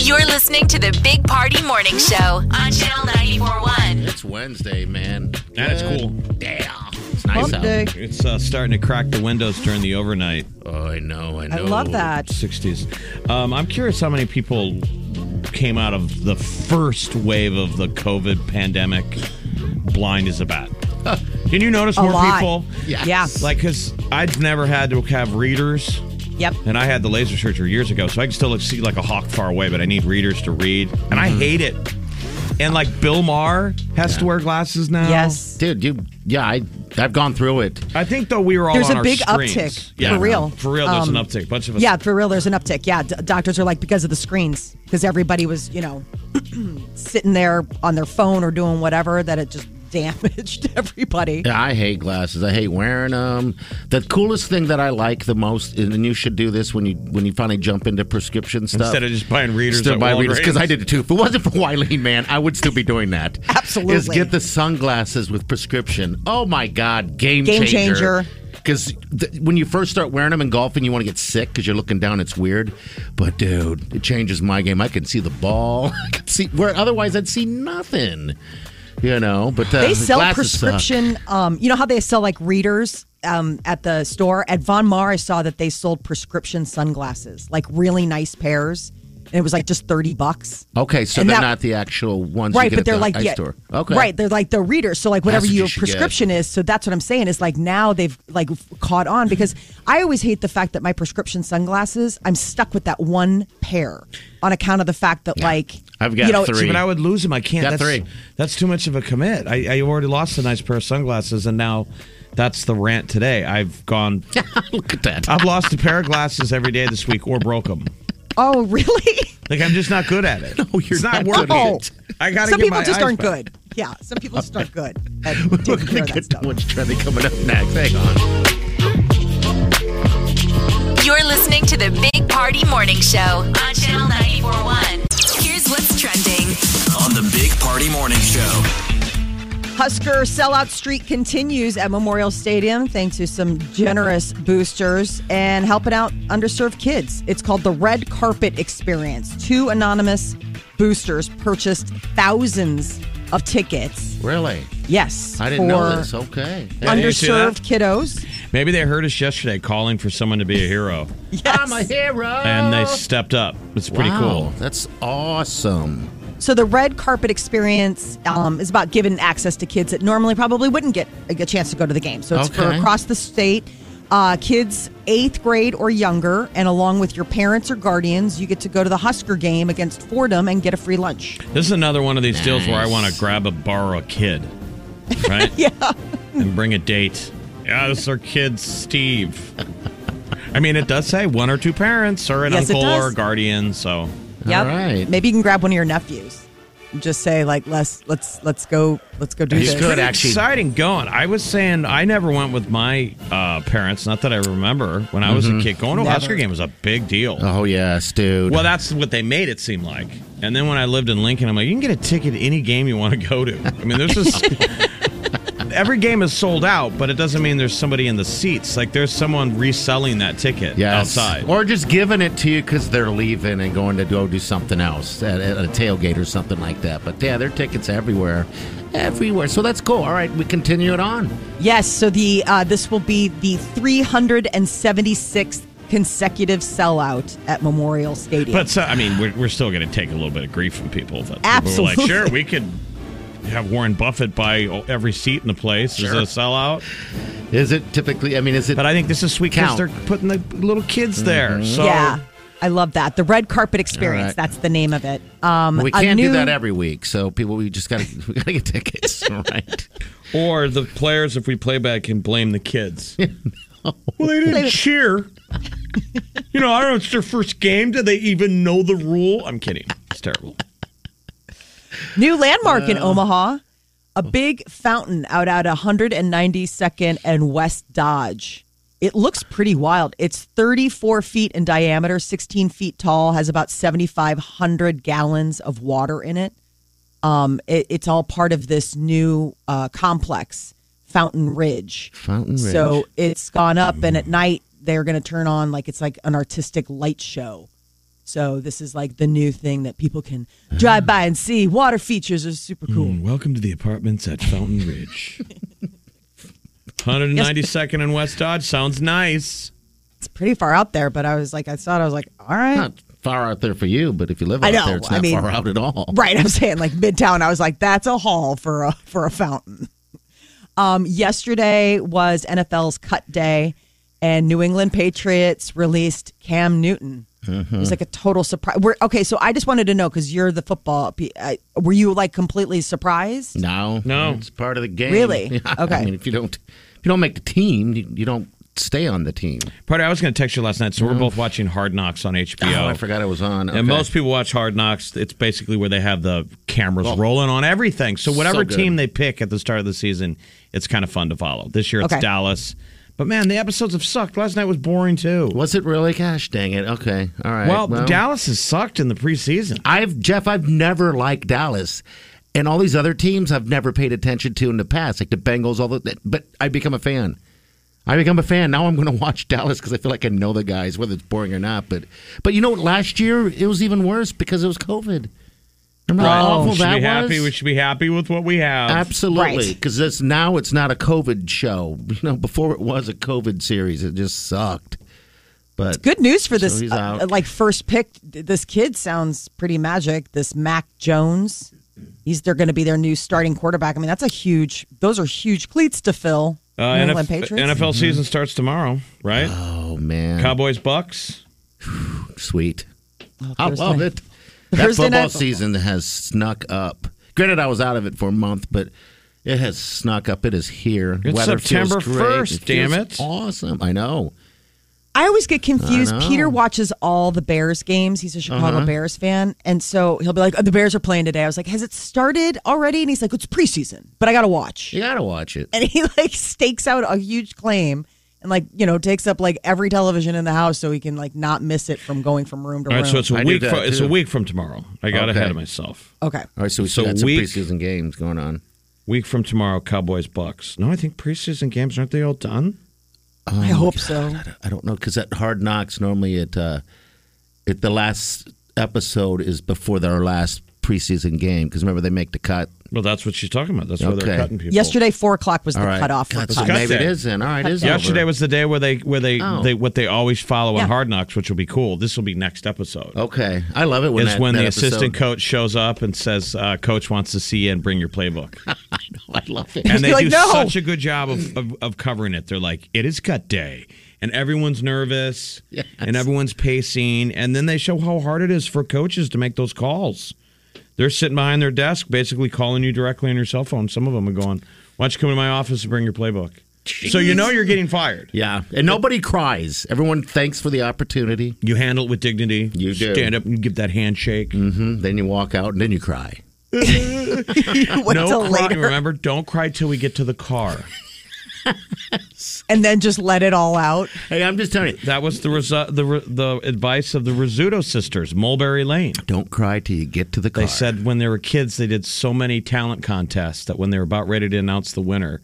You're listening to the Big Party Morning Show on Channel 941. It's Wednesday, man. Yeah, it's Good cool. Damn. It's nice Hump out. day. It's uh, starting to crack the windows during the overnight Oh, I know, I know. I love that. 60s. Um, I'm curious how many people came out of the first wave of the COVID pandemic blind as a bat. Didn't you notice A more lot. people? Yes. Yeah. Like, because I'd never had to have readers, Yep. and I had the laser surgery years ago, so I can still see like a hawk far away, but I need readers to read, and I hate it. And like Bill Maher has to wear glasses now. Yes. Dude, you, yeah, I, I've gone through it. I think though we were all There's on a our big screens. uptick. Yeah, for real. For real, there's Um, an uptick. Bunch of us. Yeah, for real, there's an uptick. Yeah, d- doctors are like because of the screens, because everybody was, you know, sitting there on their phone or doing whatever that it just damaged everybody. Yeah, I hate glasses. I hate wearing them. The coolest thing that I like the most, and you should do this when you when you finally jump into prescription stuff. Instead of just buying readers Still at buy readers Walgreens. because I did it too. If it wasn't for Wileen, man, I would still be doing that. Absolutely. Is get the sunglasses with prescription. Oh my God, game, Game changer. Because th- when you first start wearing them in golfing, you want to get sick because you're looking down. It's weird, but dude, it changes my game. I can see the ball. I can see where otherwise I'd see nothing. You know, but uh, They sell glasses suck. prescription. Um, you know how they sell like readers um, at the store? At Von Mar, I saw that they sold prescription sunglasses, like really nice pairs. And it was like just 30 bucks. Okay, so And they're that- not the actual ones. you Right, get but at they're the like eye yeah, store. Okay, Right, they're like the readers. So like whatever what you your should get. prescription is. So that's what I'm saying is like now they've like f- caught on because I always hate the fact that my prescription sunglasses I'm stuck with that one pair on account of the fact that like I've got you know, See, three. but I would lose them. I can't. Got that's, three. That's too much of a commit. I, I already lost a nice pair of sunglasses, and now that's the rant today. I've gone. Look at that. I've lost a pair of glasses every day this week, or broke them. Oh really? Like I'm just not good at it. No, you're it's not not, working. good at it. I gotta. Some get people my just eyes aren't back. good. Yeah, some people just aren't good at We're taking care gonna of that get to stuff. what's trending coming up next. Hang on. You're listening to the Big Party Morning Show on Channel 941. Here's what's trending. on the Big Party Morning Show. Husker sellout streak continues at Memorial Stadium thanks to some generous boosters and helping out underserved kids. It's called the Red Carpet Experience. Two anonymous boosters purchased thousands of tickets. Really? Yes, I didn't for know this. Okay. Yeah, you see that? underserved kiddos. Maybe they heard us yesterday calling for someone to be a hero, I'm a hero. and they stepped up. It's pretty wow, cool. That's awesome. So the red carpet experience um, is about giving access to kids that normally probably wouldn't get a a chance to go to the game. So it's for Okay. across the state, uh, kids eighth grade or younger, and along with your parents or guardians, you get to go to the Husker game against Fordham and get a free lunch. This is another one of these deals where I Nice. want to grab a borrow a kid, right? yeah, and bring a date. Yeah, this is our kid Steve. I mean, it does say one or two parents or an Yes, it uncle or does. a guardian. So Yep. right. Maybe you can grab one of your nephews. And just say like, let's let's let's go let's go do You this. could pretty actually- exciting going. I was saying I never went with my uh, parents. Not that I remember when I was a kid. Going to a Never. Husker game was a big deal. Oh yes, dude. Well, that's what they made it seem like. And then when I lived in Lincoln, I'm like, you can get a ticket to any game you want to go to. I mean, there's this. Every game is sold out, but it doesn't mean there's somebody in the seats. Like there's someone reselling that ticket yes. outside. Or just giving it to you because they're leaving and going to go do something else at, at a tailgate or something like that. But yeah, their tickets everywhere, everywhere. So that's cool. All right, we continue it on. Yes, so the uh, this will be the 376th consecutive sellout at Memorial Stadium. but so, I mean, we're, we're still going to take a little bit of grief from people. That Absolutely. People are like, sure, we could have Warren Buffett buy every seat in the place as a sellout. Is it typically? I mean, is it? But I think this is sweet because Count. they're putting the little kids there. So Mm-hmm. Yeah. I love that. The red carpet experience. All right. That's the name of it. Um, we a can't new- do that every week, so people, we just gotta we gotta get tickets, All right? Or the players, if we play back, can blame the kids. Well, they didn't cheer. You know, I don't know. It's their first game. Do they even know the rule? I'm kidding. It's terrible. New landmark Uh. in Omaha. A big fountain out at 192nd and West Dodge. It looks pretty wild. It's 34 feet in diameter, 16 feet tall, has about 7,500 gallons of water in it. Um, it it's all part of this new uh, complex, Fountain Ridge. Fountain Ridge. So it's gone up, and at night they're going to turn on like it's like an artistic light show. So this is like the new thing that people can drive by and see. Water features are super cool. Welcome to the apartments at Fountain Ridge. 192nd and West Dodge sounds nice. It's pretty far out there, but I was like, I saw it. I was like, all right, Not far out there for you, but if you live I out know, there, it's I not mean- far out at all. Right, I'm saying like Midtown. I was like, that's a haul for a for a fountain. Um, yesterday was NFL's cut day, and New England Patriots released Cam Newton. It was like a total surprise. We're, okay, so I just wanted to know because you're the football. pe- I, were you like completely surprised? No, No. it's part of the game. Really? Yeah, I Okay. mean, if you don't, if you don't make the team, you, you don't stay on the team. Party, I was going to text you last night, so we're both watching Hard Knocks on HBO. Oh, I forgot I was on. Okay. And most people watch Hard Knocks. It's basically where they have the cameras rolling on everything. So whatever good. team they pick at the start of the season, it's kind of fun to follow. This year it's Okay. Dallas. But man, the episodes have sucked. Last night was boring too. was it really? Gosh, dang it. Okay, all right. Well, Dallas has sucked in the preseason. I've Jeff. I've never liked Dallas, and all these other teams I've never paid attention to in the past, like the Bengals. All the but I become a fan. I become a fan now. I'm going to watch Dallas because I feel like I know the guys, whether it's boring or not. But but you know, what? last year it was even worse because it was COVID. Remember how awful we Oh, should that be was? happy. We should be happy with what we have. Absolutely, Right. because this now it's not a COVID show. You know, before it was a COVID series, it just sucked. But Good news for this. he's uh, out. like first pick, th- this kid sounds pretty magic. This Mac Jones, he's they're going to be their new starting quarterback. I mean, that's a huge. Those are huge cleats to fill. Uh, New NF- England NFL, Patriots. season starts tomorrow, right? oh man, Cowboys Bucks. sweet. I Thursday. love it. That Thursday football night football. season has snuck up. Granted, I was out of it for a month, but it has snuck up. It is here. feels It's September great. 1st, damn feels it. Awesome. I know. I always get confused. I know. Peter watches all the Bears games. He's a Chicago Bears fan. And so he'll be like, oh, the Bears are playing today. I was like, has it started already? And he's like, it's preseason, but I got to watch. You got to watch it. And he like stakes out a huge claim and like, you know, takes up like every television in the house so he can like not miss it from going from room to All room. right, so it's a I do week. that, From, it's a too. week from tomorrow. I got Okay. Oh ahead of myself. okay. All right, so we So still got some week- preseason games going on. Week from tomorrow, Cowboys Bucks. No, I think preseason games aren't they all done? I hope so. I don't know because at Hard Knocks normally it uh, it the last episode is before their last preseason game because remember they make the cut. Well, that's what she's talking about. That's where they're Okay. cutting people. Yesterday, four o'clock was the All right, cutoff for God, so cuts. cut maybe it day. is then. All right, it is Yesterday over. was the day where they where they, Oh. they what they always follow Yeah. on Hard Knocks, which will be cool. This will be next episode. okay. I love it Oh, when is that, when that the episode- assistant coach shows up and says, uh, "Coach wants to see you and bring your playbook." I love it. And they You're like, do "No." such a good job of, of of covering it. They're like, "It is cut day," and everyone's nervous Yes. and everyone's pacing, and then they show how hard it is for coaches to make those calls. They're sitting behind their desk, basically calling you directly on your cell phone. Some of them are going, "Why don't you come to my office and bring your playbook?" So you know you're getting fired. Yeah, and nobody cries. Everyone thanks for the opportunity. You handle it with dignity. You do. stand up and give that handshake. And then you walk out and then you cry. Wait till cry, later. remember, don't cry till we get to the car. And then just let it all out. Hey, I'm just telling you, That was the resu- the re- the advice of the Rizzuto sisters, Mulberry Lane. don't cry till you get to the car. They said when they were kids, they did so many talent contests that when they were about ready to announce the winner,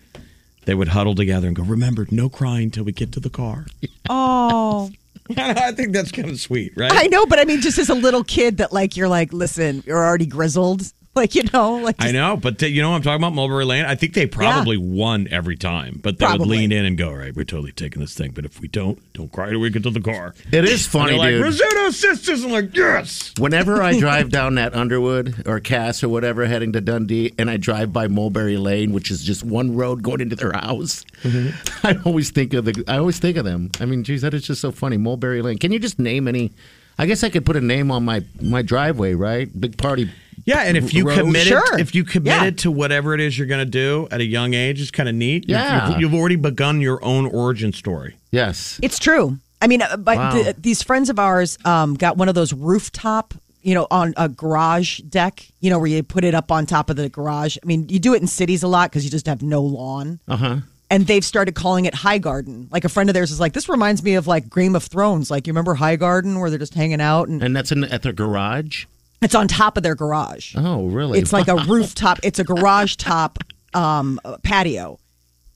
they would huddle together and go, "Remember, no crying till we get to the car." Oh. I think that's kind of sweet, right? I know, but I mean, just as a little kid, that like you're like, listen, you're already grizzled, like you know, like I just- know, but th- you know what I'm talking about, Mulberry Lane. I think they probably won every time, but they would Probably. lean in and go, "All right, we're totally taking this thing, but if we don't, don't cry till we get to the car." it is And funny, they're like, dude. Rizzuto sisters, and like, yes. Whenever I drive down that Underwood or Cass or whatever heading to Dundee and I drive by Mulberry Lane, which is just one road going into their house, Mm-hmm. I always think of the I always think of them. I mean, geez, that is just so funny. Mulberry Lane. Can you just name any I guess I could put a name on my my driveway, right? Big party Yeah, and if you road. committed, Sure. if you committed Yeah. to whatever it is you're going to do at a young age, it's kind of neat. You've- Yeah. you've, you've already begun your own origin story. Yes. It's true. I mean, uh, but Wow. th- these friends of ours um, got one of those rooftop, you know, on a garage deck, you know, where you put it up on top of the garage. I mean, you do it in cities a lot because you just have no lawn. Uh huh. And they've started calling it High Garden. Like a friend of theirs is like, this reminds me of like Game of Thrones. Like you remember High Garden where they're just hanging out and And that's in at their garage. it's on top of their garage. Oh, really? It's like a rooftop. It's a garage top um, patio.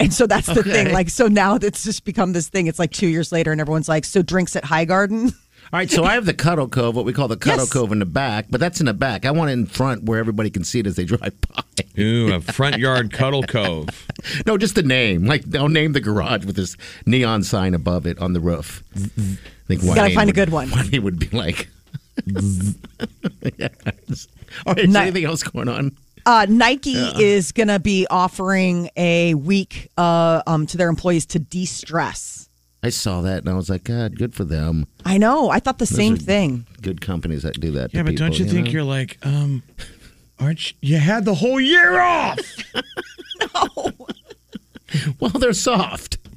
And so that's the thing. Like, so now it's just become this thing. It's like two years later, and everyone's like, so drinks at High Garden? All right, so I have the Cuddle Cove, what we call the Cuddle Yes. Cove in the back, but that's in the back. I want it in front where everybody can see it as they drive by. Ooh, a front yard cuddle cove. No, just the name. Like I'll name the garage with this neon sign above it on the roof. I think you gotta find a good one. He would be like. yes. All right, is Ni- there anything else going on? Uh, Nike is going to be offering a week uh, um, to their employees to de stress. I saw that and I was like, God, good for them. I know. I thought the same thing. Good companies that do that. Yeah, to but don't people, you think know? you're like, um, aren't you, you had the whole year off? Well, they're soft.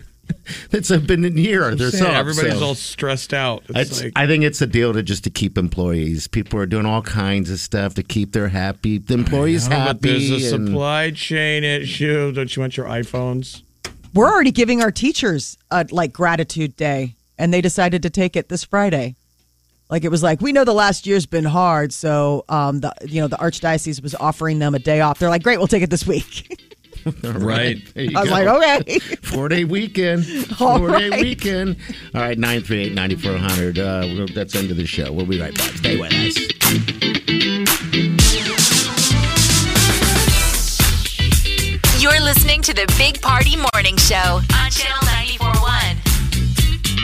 It's been a year. They're Saying soft. Everybody's so- all stressed out. It's, It's, like, I think it's a deal to just to keep employees. People are doing all kinds of stuff to keep their happy. The employees oh, happy. but there's a and- supply chain issue. Don't you want your iPhones? We're already giving our teachers a, like gratitude day, and they decided to take it this Friday. Like it was like we know the last year's been hard, so um, the you know the archdiocese was offering them a day off. They're like, great, we'll take it this week. Right. There you I was go. like, okay. Four day weekend. All Four day right. weekend. All right, 938 9400. Uh, we'll- that's the end of the show. We'll be right back. Stay with us. You're listening to the Big Party Morning Show on Channel 941.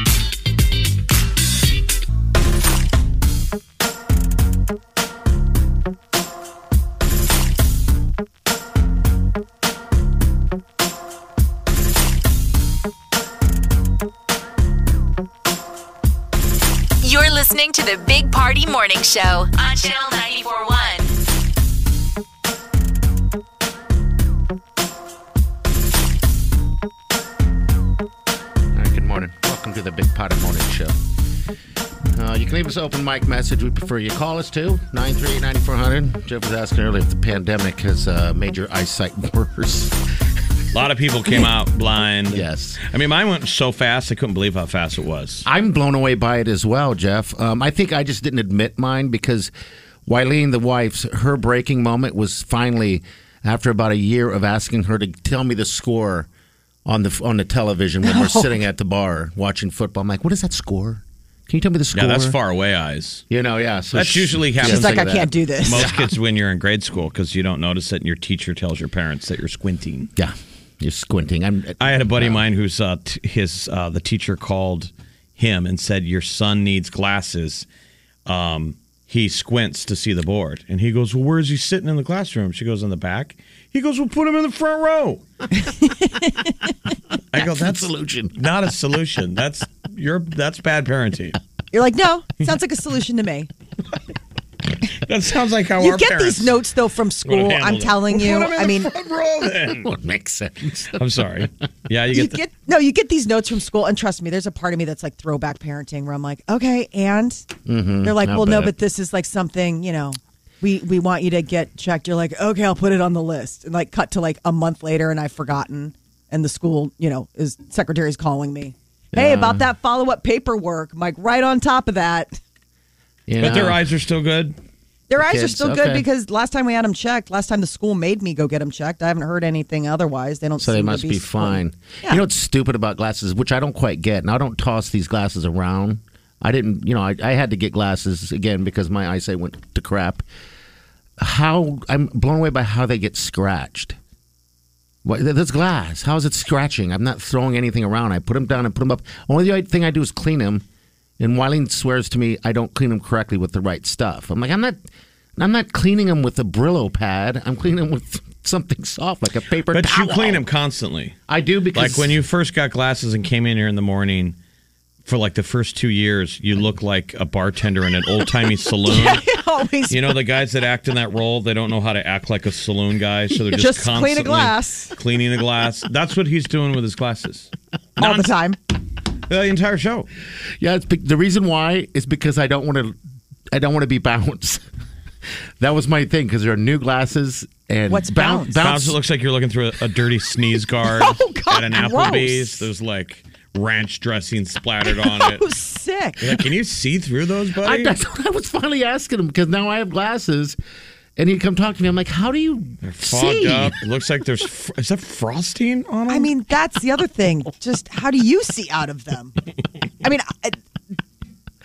You're listening to the Big Party Morning Show on Channel 941. All right, good morning. Welcome to the Big Pot of Morning Show. Uh, you can leave us an open mic message. We prefer you call us too. 938 9400. Jeff was asking earlier if the pandemic has uh, made your eyesight worse. A lot of people came out blind. Yes. I mean, mine went so fast, I couldn't believe how fast it was. I'm blown away by it as well, Jeff. Um, I think I just didn't admit mine because Wileen, the wife's, her breaking moment was finally after about a year of asking her to tell me the score on the on the television when we're sitting at the bar watching football. I'm like, what is that score? Can you tell me the score? Yeah, that's far away eyes. You know, yeah. So That's she- usually she's happens It's like I thinking can't do this. Most kids when you're in grade school because you don't notice it, and your teacher tells your parents that you're squinting. that. Yeah, you're squinting. I'm. I had a buddy of mine who's uh, t- his uh, the teacher called him and said your son needs glasses. Um, he squints to see the board, and he goes, "Well, where is he sitting in the classroom?" She goes, "In the back." He goes, "Well, put him in the front row." I go, "That's solution. not a solution. That's your that's bad parenting." You're like, no, sounds like a solution to me. That sounds like how You our get parents these notes though from would have school. I'm handled it. telling Well, you. put 'em in I the mean, front row then. Well, it makes sense. I'm sorry. Yeah, you get, you the- get no, you get these notes from school, and trust me, there's a part of me that's like throwback parenting, where I'm like, okay, and they're like, well, no, Mm-hmm, bet. but this is like something, you know, we we want you to get checked. You're like, okay, I'll put it on the list, and like cut to like a month later, and I've forgotten, and the school, you know, is secretary's calling me, hey, about that follow up paperwork, I'm like right on top of that. You but uh, their know? eyes are still good. Their eyes are kids, still good okay. because last time we had them checked, last time the school made me go get them checked. I haven't heard anything otherwise. They don't. So they seem must to be, be fine. Yeah. You know what's stupid about glasses, which I don't quite get, and I don't toss these glasses around. I didn't, you know, I, I had to get glasses again because my eyesight went to crap. How I'm blown away by how they get scratched. What, th- that's glass. How is it scratching? I'm not throwing anything around. I put them down and put them up. Only the thing I do is clean them. And Wileen swears to me I don't clean them correctly with the right stuff. I'm like, I'm not, I'm not cleaning them with a Brillo pad. I'm cleaning them with something soft like a paper But towel. you clean them constantly. I do because Like when you first got glasses and came in here in the morning, for like the first two years, you look like a bartender in an old timey saloon. Always You know the guys that act in that role, they don't know how to act like a saloon guy, so they're Just just, clean a constantly glass. cleaning a glass. That's what he's doing with his glasses. all the time. The entire show. Yeah, it's be- the reason why is because I don't want to. I don't want to be bounced. that was my thing because there are new glasses and What's boun- bounce? Bounce, it looks like you're looking through a, a dirty sneeze guard Oh, God, at an gross. Applebee's. There's like ranch dressing splattered on it. Oh, sick. You're like, can you see through those, I, buddy? that's what I was finally asking him because now I have glasses, and he'd come talk to me. I'm like, how do you Fogged see? up. Looks like there's fr- is that frosting on them? I mean, that's the other thing. Just how do you see out of them? I mean, I,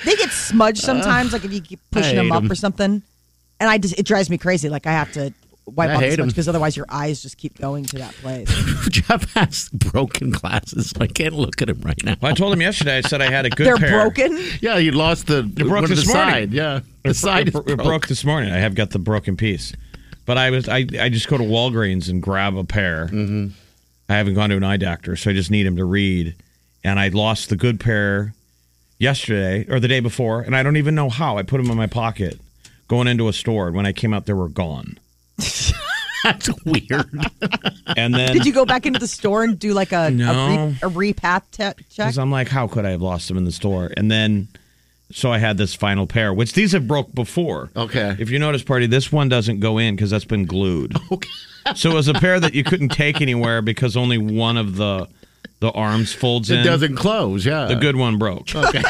they get smudged sometimes, like if you keep pushing I them hate up 'em. or something. And I just it drives me crazy. Like I have to wipe I off hate as 'em. much because otherwise your eyes just keep going to that place. Jeff has broken glasses. So I can't look at him right now. Well, I told him yesterday. I said I had a good They're pair. broken. Yeah, you lost the broke one of this the morning. side. Yeah, the It, side is bro- it broke. broke this morning. I have got the broken piece, but I was I, I just go to Walgreens and grab a pair. Mm-hmm. I haven't gone to an eye doctor, so I just need him to read. And I lost the good pair yesterday or the day before, and I don't even know how. I put them in my pocket going into a store, and when I came out, they were gone. That's weird. And then Did you go back into the store and do like a No. a, re, a repath te- check? Because I'm like, how could I have lost them in the store? And then, so I had this final pair, which these have broke before. Okay. If you notice, party, this one doesn't go in because that's been glued. Okay. So it was a pair that you couldn't take anywhere because only one of the the arms folds in. It doesn't close. Yeah, The good one broke. Okay.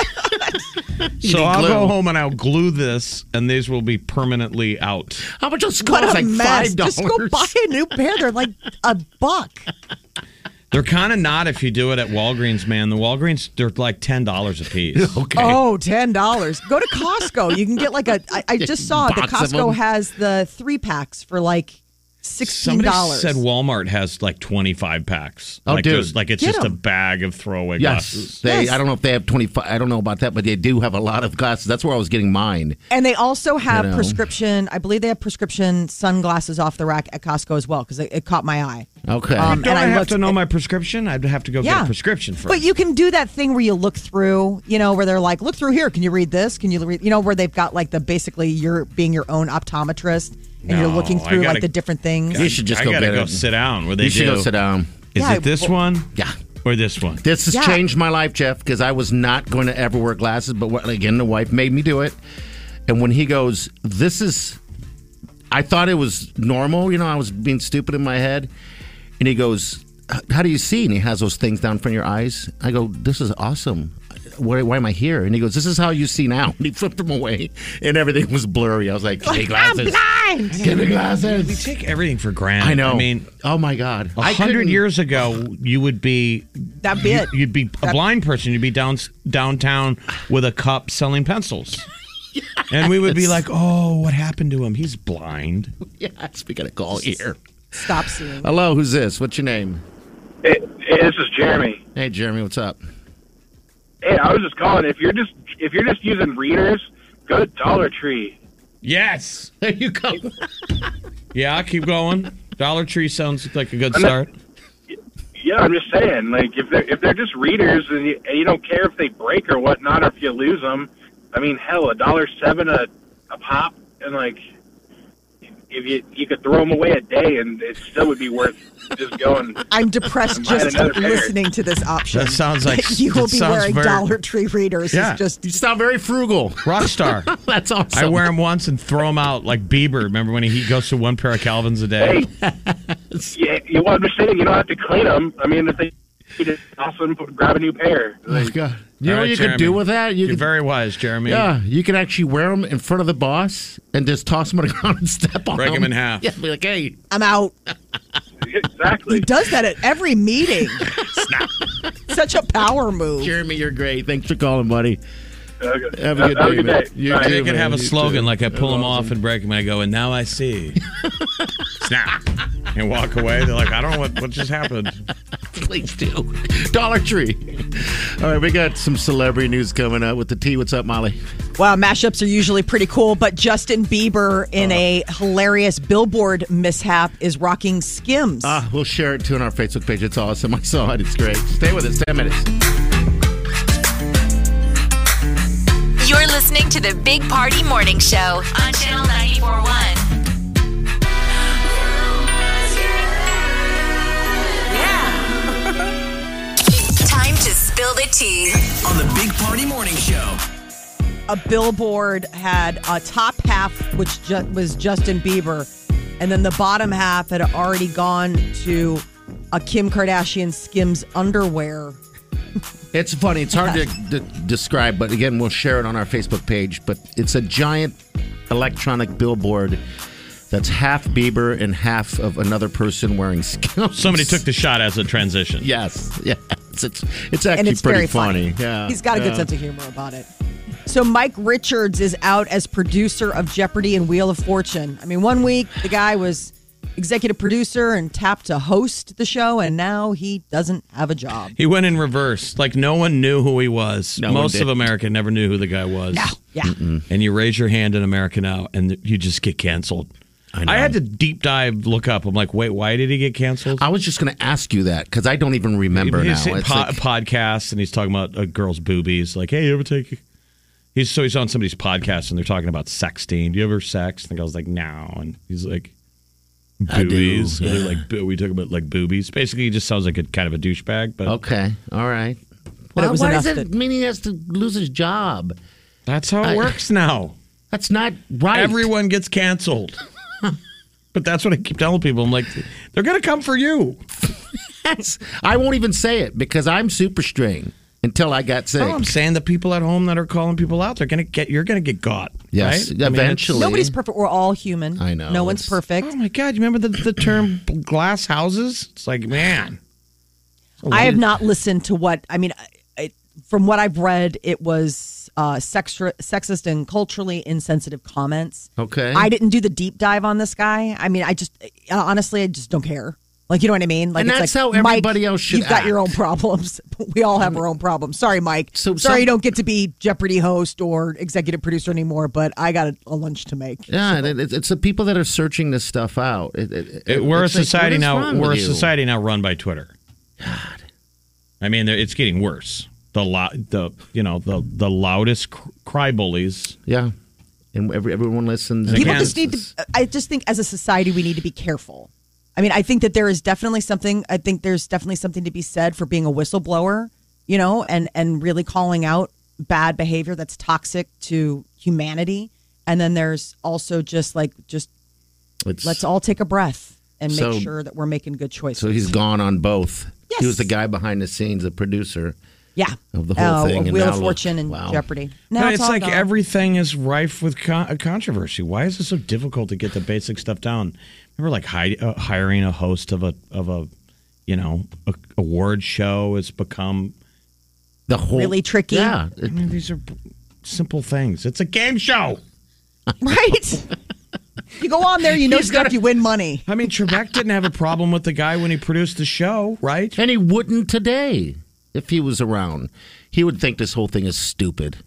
so I'll glue. go home and I'll glue this, and these will be permanently out. How much those What a cost? Like mess! five Just go dollars. buy a new pair. They're like a buck. They're kind of not if you do it at Walgreens, man. The Walgreens, they're like $10 a piece. Okay. Oh, ten dollars. Go to Costco. You can get like a. I, I just saw that Box of them. Costco has the three packs for like sixteen Somebody dollars. said Walmart has like 25 packs. Oh, like dude. there's- Like it's Get just a 'em. bag of throwaway Yes, glasses. they. Yes. I don't know if they have twenty five. I don't know about that, but they do have a lot of glasses. That's where I was getting mine. and they also have You know. prescription. I believe they have prescription sunglasses off the rack at Costco as well because it, it caught my eye. Okay, Um, Don't and I, I have looked- to know my prescription? I'd have to go get Yeah. a prescription first. But you can do that thing where you look through, you know, where they're like, look through here. Can you read this? Can you read? You know, where they've got like the basically you're being your own optometrist and you're No, looking I through gotta- like the different things. you should just I go gotta get go it. sit down where they you should do. go sit down. Is Yeah, it this one? Yeah, Or this one? this has Yeah. changed my life, Jeff, because I was not going to ever wear glasses. But what, again, the wife made me do it. And when he goes, "This is," I thought it was normal. You know, I was being stupid in my head. And he goes, "H- "How do you see?" And he has those things down in front of your eyes. I go, "This is awesome." Why, why am I here? And he goes, "This is how you see now." And he flipped them away, and everything was blurry. I was like, "Give me glasses! Give me We glasses!" take everything for granted. I know. I mean, oh my god! a I hundred couldn't- years ago, you would be That'd be it. you'd be a blind person. You'd be down downtown with a cup selling pencils, and we would be like, "Oh, what happened to him? He's blind." Yeah, speaking of call here. Stop seeing. Hello, who's this? What's your name? Hey, hey, this is Jeremy. Hey, Jeremy, what's up? Hey, I was just calling. If you're just if you're just using readers, go to Dollar Tree. Yes. There you go. Yeah. Keep going. Dollar Tree sounds like a good start. Yeah, I'm just saying. Like if they're if they're just readers and you, and you don't care if they break or whatnot or if you lose them, I mean, hell, a dollar seven a a pop, and like if you you could throw them away a day and it still would be worth just going. I'm depressed Mine just another pair. listening to this option. That sounds like- you will that be sounds wearing very- Dollar Tree readers. Yeah. It's just You sound very frugal. Rockstar. That's awesome. I wear them once and throw them out like Bieber. Remember when he goes to one pair of Calvins a day? Hey, yeah, you well, I'm just saying you don't have to clean them. I mean, if they you just awesome, grab a new pair. Oh, God. You know All what right, you Jeremy. could do with that? You You're could, very wise, Jeremy. yeah, you could actually wear them in front of the boss and just toss them on the ground and step on Break 'em them in half. Yeah, be like, hey, I'm out. He Exactly. does that at every meeting. Such a power move. Jeremy, you're great. Thanks for calling, buddy. Okay. Have a good day, man. You Bye. too. They could have a You slogan too. like I pull them off and break them and I go, and now I see. Snap. And walk away. They're like, I don't know what, what just happened. please do. Dollar Tree. All right, we got some celebrity news coming up with the T. What's up, Molly? Wow, mashups are usually pretty cool, but Justin Bieber in a hilarious billboard mishap is rocking Skims. Ah, we'll share it too on our Facebook page. It's awesome. I saw it. It's great. Stay with us. 10 minutes. You're listening to the Big Party Morning Show on Channel 941. Time to spill the tea. On the Big Party Morning Show. a billboard had a top half, which ju- was Justin Bieber, and then the bottom half had already gone to a Kim Kardashian Skims underwear. It's funny. It's hard to d- describe, but again, we'll share it on our Facebook page. But it's a giant electronic billboard that's half Bieber and half of another person wearing Skims. Somebody took the shot as a transition. Yes, yes. It's it's actually and it's pretty very funny. Yeah, He's got a good yeah. sense of humor about it. So Mike Richards is out as producer of Jeopardy and Wheel of Fortune. I mean, one week the guy was executive producer and tapped to host the show, and now he doesn't have a job. He went in reverse. Like no one knew who he was. No one Most did. of America never knew who the guy was. Yeah. Mm-hmm. And you raise your hand in America now, and you just get canceled. I, had to deep dive look up. I'm like, wait, why did he get canceled? I was just going to ask you that because I don't even remember he's now. in It's po- like- podcasts, and he's talking about a girl's boobies. Like, hey, you ever take? He's so he's on somebody's podcast, and they're talking about sexting. Do you ever sext? And I was like, no. And he's like, I do, boobies. And yeah. they're like, "Boo- we talk about like boobies. Basically, he just sounds like a kind of a douchebag. But okay, all right. But it Why- was why does enough it mean he has to lose his job? that's how it I- works now. That's not right. Everyone gets canceled. but that's what I keep telling people. I'm like, they're gonna come for you. That's- I won't even say it because I'm super string until I got Oh, sick. No, I'm saying the people at home that are calling people out, they're gonna get. You're gonna get got. Yes, right? I mean, it's- eventually. Nobody's perfect. We're all human. I know. No one's It's- perfect. Oh my God! You remember the, the term glass houses? It's like, man, I have not listened to what I mean. I, I, from what I've read, it was uh, sextra, sexist and culturally insensitive comments. okay. I didn't do the deep dive on this guy. I mean, I just uh, honestly, I just don't care. Like, you know what I mean? Like, And it's that's like, how Mike, everybody else should You've got your act. own problems. We all have our own problems. Sorry, Mike. So sorry some- you don't get to be Jeopardy host or executive producer anymore. But I got a, a lunch to make. yeah, and it- it's, it's the people that are searching this stuff out. It- it- It- we're a it's like, society what is now. wrong We're a with you? society now run by Twitter. God, I mean, there- it's getting worse. The lo- the you know the the loudest cr- cry bullies. Yeah, and every, everyone listens. People Again, just need to. I just think as a society, we need to be careful. I mean, I think that there is definitely something. I think there's definitely something to be said for being a whistleblower, you know, and and really calling out bad behavior that's toxic to humanity. And then there's also just like just It's- let's all take a breath and make So- sure that we're making good choices. So he's gone on both. Yes. He was the guy behind the scenes, the producer. yeah, Of the whole Uh, thing, and Wheel now of look. Fortune and Wow. Jeopardy. No, Now it's, like gone. everything is rife with con- controversy. Why is it so difficult to get the basic stuff down? Remember, like hi- uh, hiring a host of a of a you know a, award show has become. The whole Really tricky. Yeah, I mean, these are simple things. It's a game show. right. you go on there, you know stuff, you win money. I mean, Trebek didn't have a problem with the guy when he produced the show, right? and he wouldn't today if he was around. He would think this whole thing is stupid.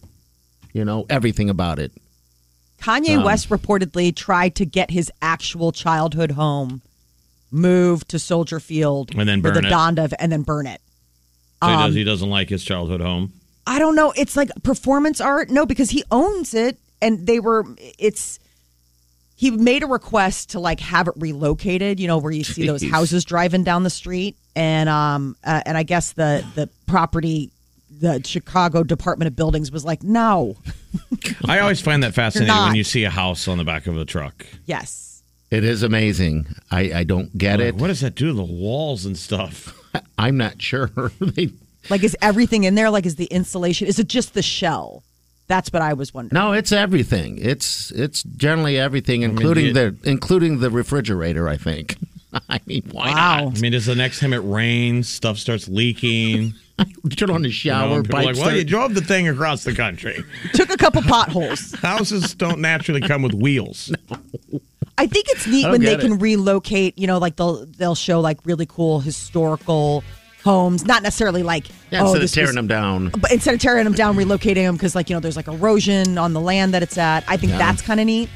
You know everything about it. Kanye West reportedly tried to get his actual childhood home moved to Soldier Field And then burn with a it. Donda and then burn it. So he, does, he doesn't like his childhood home. I don't know. It's like performance art. No, because he owns it and they were it's he made a request to like have it relocated, you know, where you see those Jeez. houses driving down the street and um uh, and I guess the the property the Chicago Department of Buildings was like, "No." I always find that fascinating not. when you see a house on the back of a truck. Yes. It is amazing. I, I don't get Like, it. what does that do to the walls and stuff? I'm not sure. They- Like, is everything in there? Like, is the insulation? Is it just the shell? That's what I was wondering. no, it's everything. It's it's generally everything, including you- the including the refrigerator. I think. I mean, why Wow. I mean, does the next time it rains, stuff starts leaking? not? Turn on the You know, shower. and people are pipes like, well, start- you drove the thing across the country. Took a couple potholes. Houses don't naturally come with wheels. I think it's neat I don't when they get it. can relocate. You know, like they'll they'll show like really cool historical homes, not necessarily like Yeah, oh, instead of this tearing was- them down. But instead of tearing them down, relocating them because like you know there's like erosion on the land that it's at. I think that's kind of neat.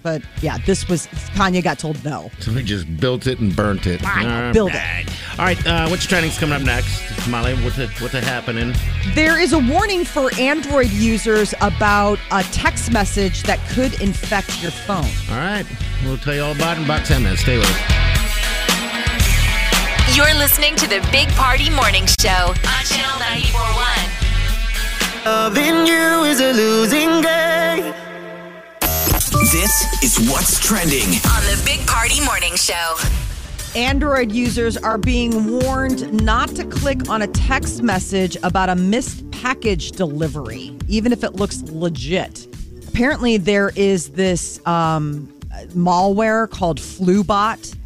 But yeah, this was Kanye got told no. So we just built it and burnt it. All build it. All right, uh, what's trending's coming up next, Molly? What's the, what's the happening? There is a warning for Android users about a text message that could infect your phone. All right, we'll tell you all about it in about ten minutes. Stay with us. You're listening to the Big Party Morning Show on Channel 941. Loving you is a losing game. This is what's trending. On the Big Party Morning Show. Android users are being warned not to click on a text message about a missed package delivery, even if it looks legit. Apparently, there is this um, malware called Flubot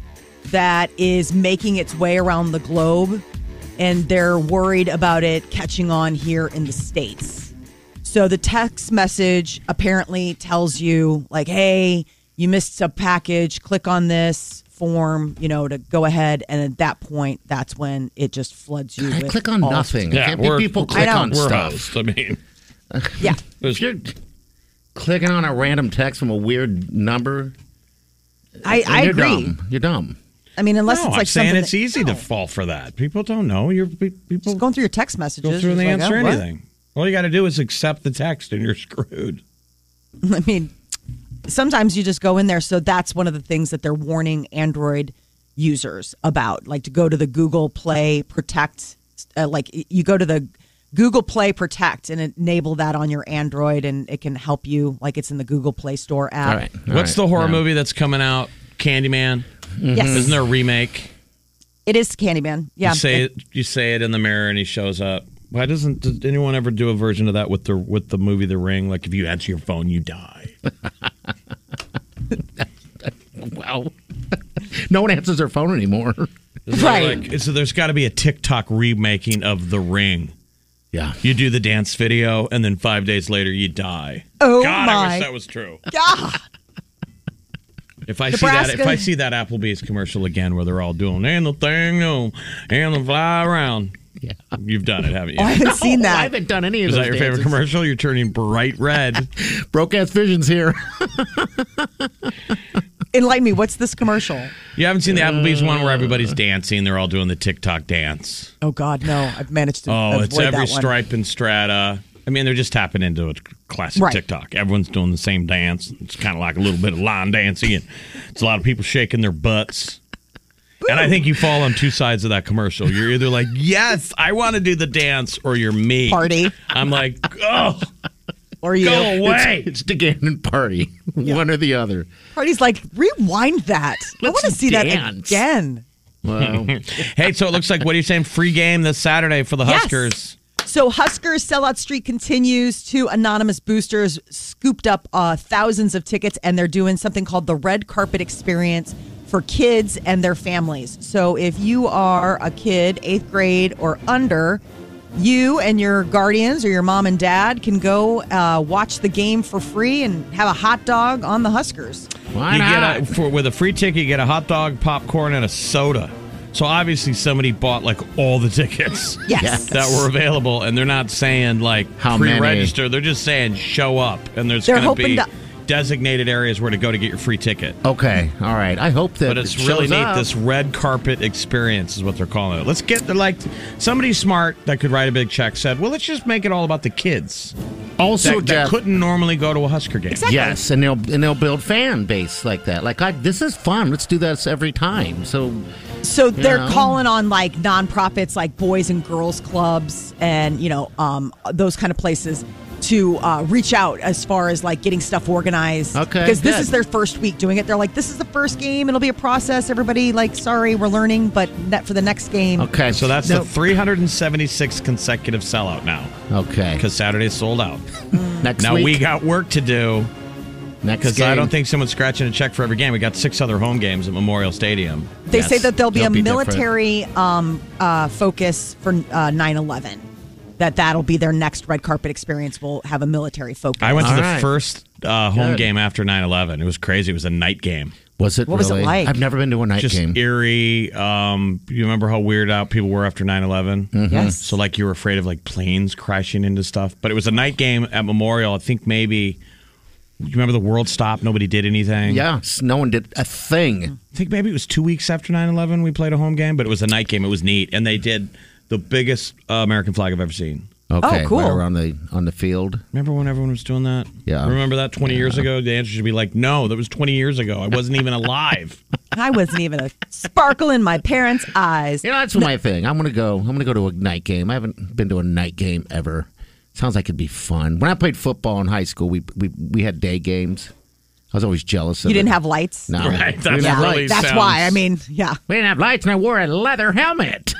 that is making its way around the globe, and they're worried about it catching on here in the States. So the text message apparently tells you, like, hey, you missed a package. Click on this form, you know, to go ahead. And at that point, that's when it just floods you. I with click on all- nothing. I can't be- we're- people click know. on we're stuff. hosts. I mean, Yeah. If you're clicking on a random text from a weird number, I, then I you're agree. dumb. You're dumb. I mean, unless no, it's I'm like saying something it's that- easy No. to fall for that. People don't know. You're pe- people Just going through your text messages. go through and it's they like, answer oh, what? anything. All you got to do is accept the text, and you're screwed. I mean, sometimes you just go in there. So that's one of the things that they're warning Android users about, like to go to the Google Play Protect. Uh, like you go to the Google Play Protect and enable that on your Android, and it can help you. Like it's in the Google Play Store app. All right. all What's right, the horror no. movie that's coming out? Candyman. Mm-hmm. Yes, Isn't there a remake? it is Candyman. Yeah, You say it. You say it in the mirror, and he shows up. Why doesn't did anyone ever do a version of that with the with the movie The Ring? Like if you answer your phone, you die. Well, no one answers their phone anymore. Isn't there, Right. like- so there's got to be a TikTok remaking of The Ring. Yeah. You do the dance video, and then five days later, you die. Oh God, I my. wish that was true. God. If I see that, if Nebraska. I see that Applebee's commercial again, where they're all doing and the thing, no, and the fly around. Yeah, you've done it, haven't you? I haven't seen Oh, I that. haven't done any of Is those that your favorite dances. commercial? You're turning bright red. Broke ass visions here. Enlighten me. What's this commercial? You haven't seen the Applebee's one where everybody's Uh. dancing. They're all doing the TikTok dance. Oh God, no! I've managed to. Oh, avoid it's every that one. stripe and strata. I mean, they're just tapping into a classic Right. TikTok. Everyone's doing the same dance. It's kind of like a little bit of line dancing, and it's a lot of people shaking their butts. And I think you fall on two sides of that commercial. You're either like, "Yes, I want to do the dance," or you're me. Party. I'm like, "Oh, Or you? go away." It's the Gannon party. One or the other. Party's like rewind that. I want Let's to see that dance. again. Well, hey, so it looks like what are you saying? Free game this Saturday for the Yes. Huskers. So Huskers sellout streak continues. Two anonymous boosters scooped up uh, thousands of tickets, and they're doing something called the red carpet experience for kids and their families. So if you are a kid, eighth grade or under, you and your guardians or your mom and dad can go uh, watch the game for free and have a hot dog on the Huskers. why you not? get a, for, with a free ticket, you get a hot dog, popcorn, and a soda. So obviously, somebody bought like all the tickets. Yes. that were available, and they're not saying like How many? pre-register. They're just saying show up, and there's They're going to be hoping to- designated areas where to go to get your free ticket. okay. All right. I hope that But it's Oh, it really shows neat. up. This red carpet experience is what they're calling it. Let's get the like somebody smart that could write a big check said, "Well, let's just make it all about the kids also that, that Jeff, couldn't normally go to a Husker game." Yes, and they'll and they'll build fan base like that. Like I, this is fun. Let's do this every time. So So they're know? calling on like nonprofits, like Boys and Girls Clubs, and you know um, those kind of places to uh, reach out as far as like getting stuff organized. Okay, because this good. is their first week doing it. They're like, this is the first game. It'll be a process. Everybody, like, sorry, we're learning, but net for the next game. okay, So that's no, the 376 consecutive sellout now okay. because Saturday's sold out. Next now week, we got work to do. next Because I game. don't think someone's scratching a check for every game. We got six other home games at Memorial Stadium. They say Yes. that there'll be They'll a be different. military um, uh, focus for uh, 9/11. That that'll be their next red carpet experience. Will have a military focus. I went to All the right. first uh, home Good. game after 9 11. It was crazy. It was a night game. was it What was it really? like? I've never been to a night Just game. eerie. Um, you remember how weird out people were after 9 11? Mm-hmm. Yes. So, like, you were afraid of like planes crashing into stuff. But it was a night game at Memorial. I think maybe You remember the world stopped? Nobody did anything. Yeah, s- no one did a thing. I think maybe it was two weeks after 9 11 we played a home game, but it was a night game. It was neat. And they did the biggest uh, American flag I've ever seen. Okay, Oh, cool. right around the on the field. Remember when everyone was doing that? Yeah. Remember that 20 years ago? The answer should be like, no, that was 20 years ago. I wasn't even alive. I wasn't even a sparkle in my parents' eyes. You know, that's my thing. I'm gonna go. I'm gonna go to a night game. I haven't been to a night game ever. Sounds like it'd be fun. When I played football in high school, we we, we had day games. I was always jealous. Of You didn't it. have lights. no. Right, We that's didn't have really- lights. That's sounds- why. I mean, yeah. We didn't have lights, and I wore a leather helmet.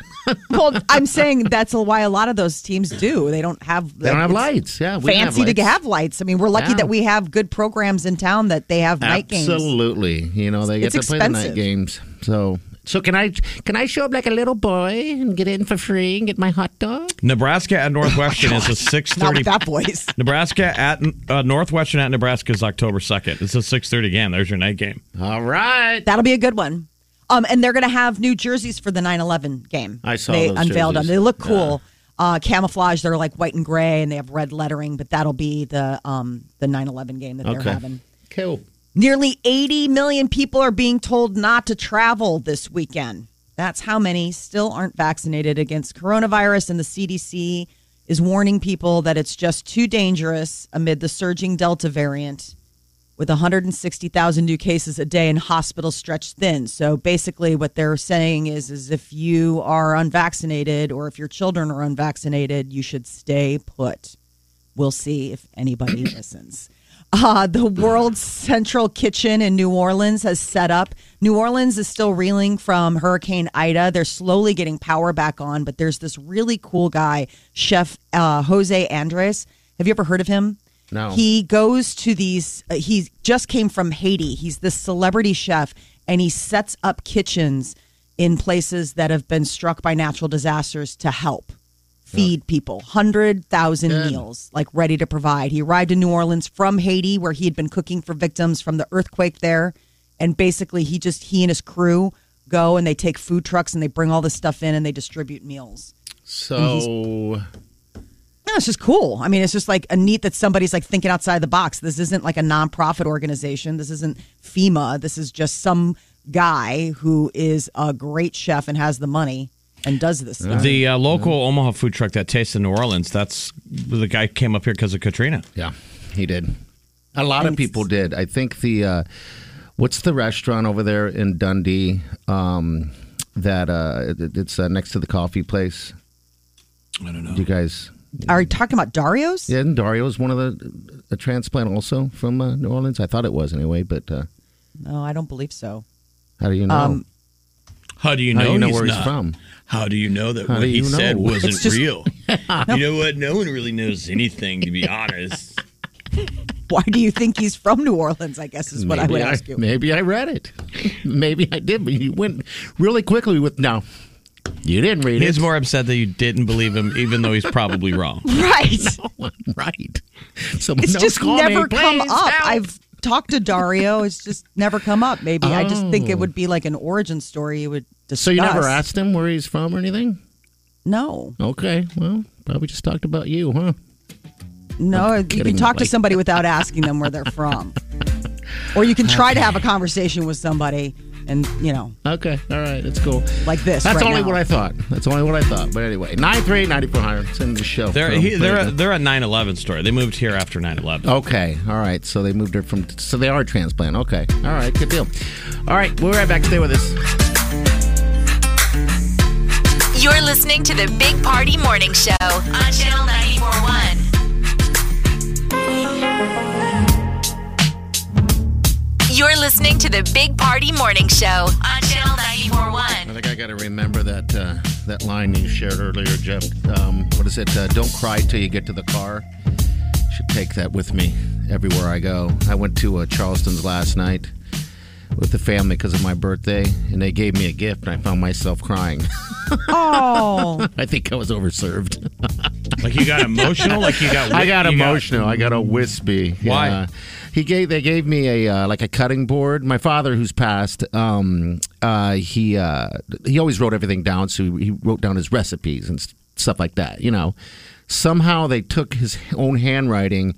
Well, I'm saying that's why a lot of those teams do. They don't have They don't have lights. Yeah, we didn't fancy have lights. to have lights. I mean, we're lucky Yeah. that we have good programs in town that they have night games. Absolutely. You know, they get It's to play the night expensive. games. So so can I can I show up like a little boy and get in for free and get my hot dog? Nebraska at Northwestern Oh is a Not 630. with that voice. Nebraska at uh, Northwestern at Nebraska is October 2nd. It's a 630 game. There's your night game. All right. That'll be a good one. Um, and they're going to have new jerseys for the 9/11 game. I saw they those unveiled jerseys. them. They look cool. Uh, camouflage. They're like white and gray, and they have red lettering. But that'll be the um, the 9/11 game that Okay. they're having. Cool. Nearly 80 million people are being told not to travel this weekend. That's how many still aren't vaccinated against coronavirus, and the CDC is warning people that it's just too dangerous amid the surging Delta variant with 160,000 new cases a day and hospitals stretched thin. So basically what they're saying is is if you are unvaccinated or if your children are unvaccinated, you should stay put. We'll see if anybody listens. Uh, the world's central kitchen in New Orleans has set up. New Orleans is still reeling from Hurricane Ida. They're slowly getting power back on, but there's this really cool guy, Chef uh, Jose Andres. Have you ever heard of him? No. He goes to these, uh, he just came from Haiti. He's this celebrity chef, and he sets up kitchens in places that have been struck by natural disasters to help feed people 100,000 meals like ready to provide. He arrived in New Orleans from Haiti where he had been cooking for victims from the earthquake there and basically he just he and his crew go and they take food trucks and they bring all this stuff in and they distribute meals. So No, it's just cool. I mean, it's just like a neat that somebody's like thinking outside the box. This isn't like a nonprofit organization. This isn't FEMA. This is just some guy who is a great chef and has the money and does this stuff. The uh, local Omaha food truck that tastes in New Orleans, that's the guy came up here because of Katrina. Yeah, he did. A lot of people did. I think the uh, what's the restaurant over there in Dundee um, that uh, it, it's uh, next to the coffee place. I don't know. You guys, Are you talking about Dario's? yeah, and Dario is one of the a transplant also from uh, New Orleans. I thought it was anyway, but uh, No, I don't believe so. how do you know? Um, How do you how know, do you know he's where not? he's from? How do you know that How what do he you know? said wasn't It's just- real? You know what? No one really knows anything, to be honest. why do you think he's from New Orleans? I guess is what I would ask you. Maybe I read it. maybe I did, but you went really quickly with no. You didn't read He's it. more upset that you didn't believe him, even though he's probably wrong. Right. right. Someone It's else just call never me, come please, up. help. I've talked to Dario. It's just never come up. Maybe I just think it would be like an origin story. You would discuss. Oh. So you never asked him where he's from or anything? No, Okay, well, probably just talked about you, huh? no. You kidding, can talk to like- somebody without asking them where they're from, or you can try to have a conversation with somebody, and you know, Okay, all right, that's cool. like this. That's right only now. what I thought. That's only what I thought. But anyway, 93 9400 send the show. They're from he, they're a, Florida. they're a 9/11 story. They moved here after 9/11. Okay, all right. So they moved her from so they are transplant. Okay. All right, good deal. All right, we'll be right back. Stay with us. You're listening to the Big Party Morning Show on Channel 941. You're listening to the Big Party Morning Show on Channel 941. I think I got to remember that uh, that line you shared earlier, Jeff. Um, what is it? Uh, Don't cry till you get to the car. Should take that with me everywhere I go. I went to uh, Charleston's last night with the family because of my birthday, and they gave me a gift, and I found myself crying. Oh, I think I was overserved. Like you got emotional. like you got. I got you emotional. I got a wispy. Why? Yeah. He gave they gave me a uh, like a cutting board. My father, who's passed, um, uh, he uh, he always wrote everything down. So he wrote down his recipes and s- stuff like that. You know, somehow they took his own handwriting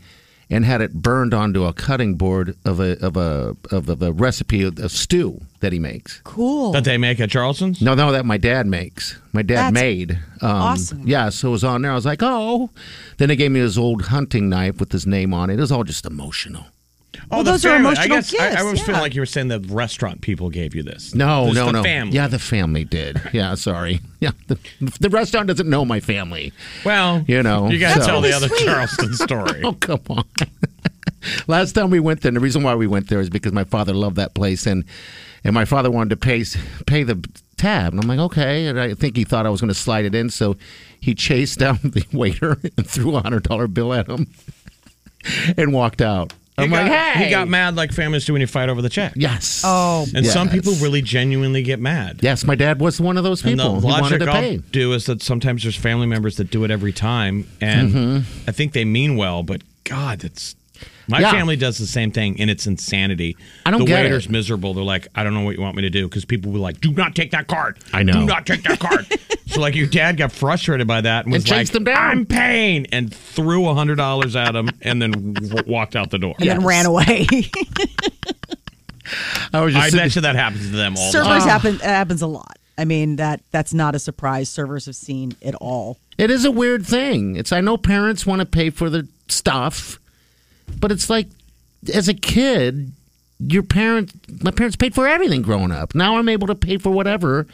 and had it burned onto a cutting board of a of a of a, of a recipe of a stew that he makes. Cool. That they make at Charleston's? No, no, that my dad makes. My That's dad made. Um, awesome. Yeah, so it was on there. I was like, oh. Then they gave me his old hunting knife with his name on it. It was all just emotional. Oh, Well, the those are family. I emotional guess I, I gifts, was yeah. feeling like you were saying the restaurant people gave you this. No, This- no, the no. Family. Yeah, the family did. Yeah, sorry. Yeah, the, the restaurant doesn't know my family. Well, You know, you got to so- tell the That's other really sweet. Charleston story. Oh, come on. Last time we went there, and the reason why we went there is because my father loved that place, and and my father wanted to pay pay the tab, and I'm like, okay, and I think he thought I was going to slide it in, so he chased down the waiter and threw a hundred dollar bill at him, and walked out. he I'm got, like, hey, he got mad like families do when you fight over the check. Yes. Oh. And some Yes. people really genuinely get mad. Yes, my dad was one of those And the people who wanted logic to I'll pay. do is that sometimes there's family members that do it every time, and I think they mean well, but God, it's my Mm-hmm. Yeah. family does the same thing, and it's insanity. I don't the get waiter's it. miserable. They're like, I don't know what you want me to do because people were like, Do not take that card. I know. Do not take that card. so like your dad got frustrated by that and was And chased like, them down. I'm paying, and threw a hundred dollars at him, and then w- walked out the door. And then Yes. ran away. I was just I sitting- bet you that happens to them all. the time. Servers happen happens a lot. I mean that that's not a surprise. Servers have seen it all. It is a weird thing. It's I know parents want to pay for the stuff, but it's like as a kid, your parents my parents paid for everything growing up. Now I'm able to pay for whatever,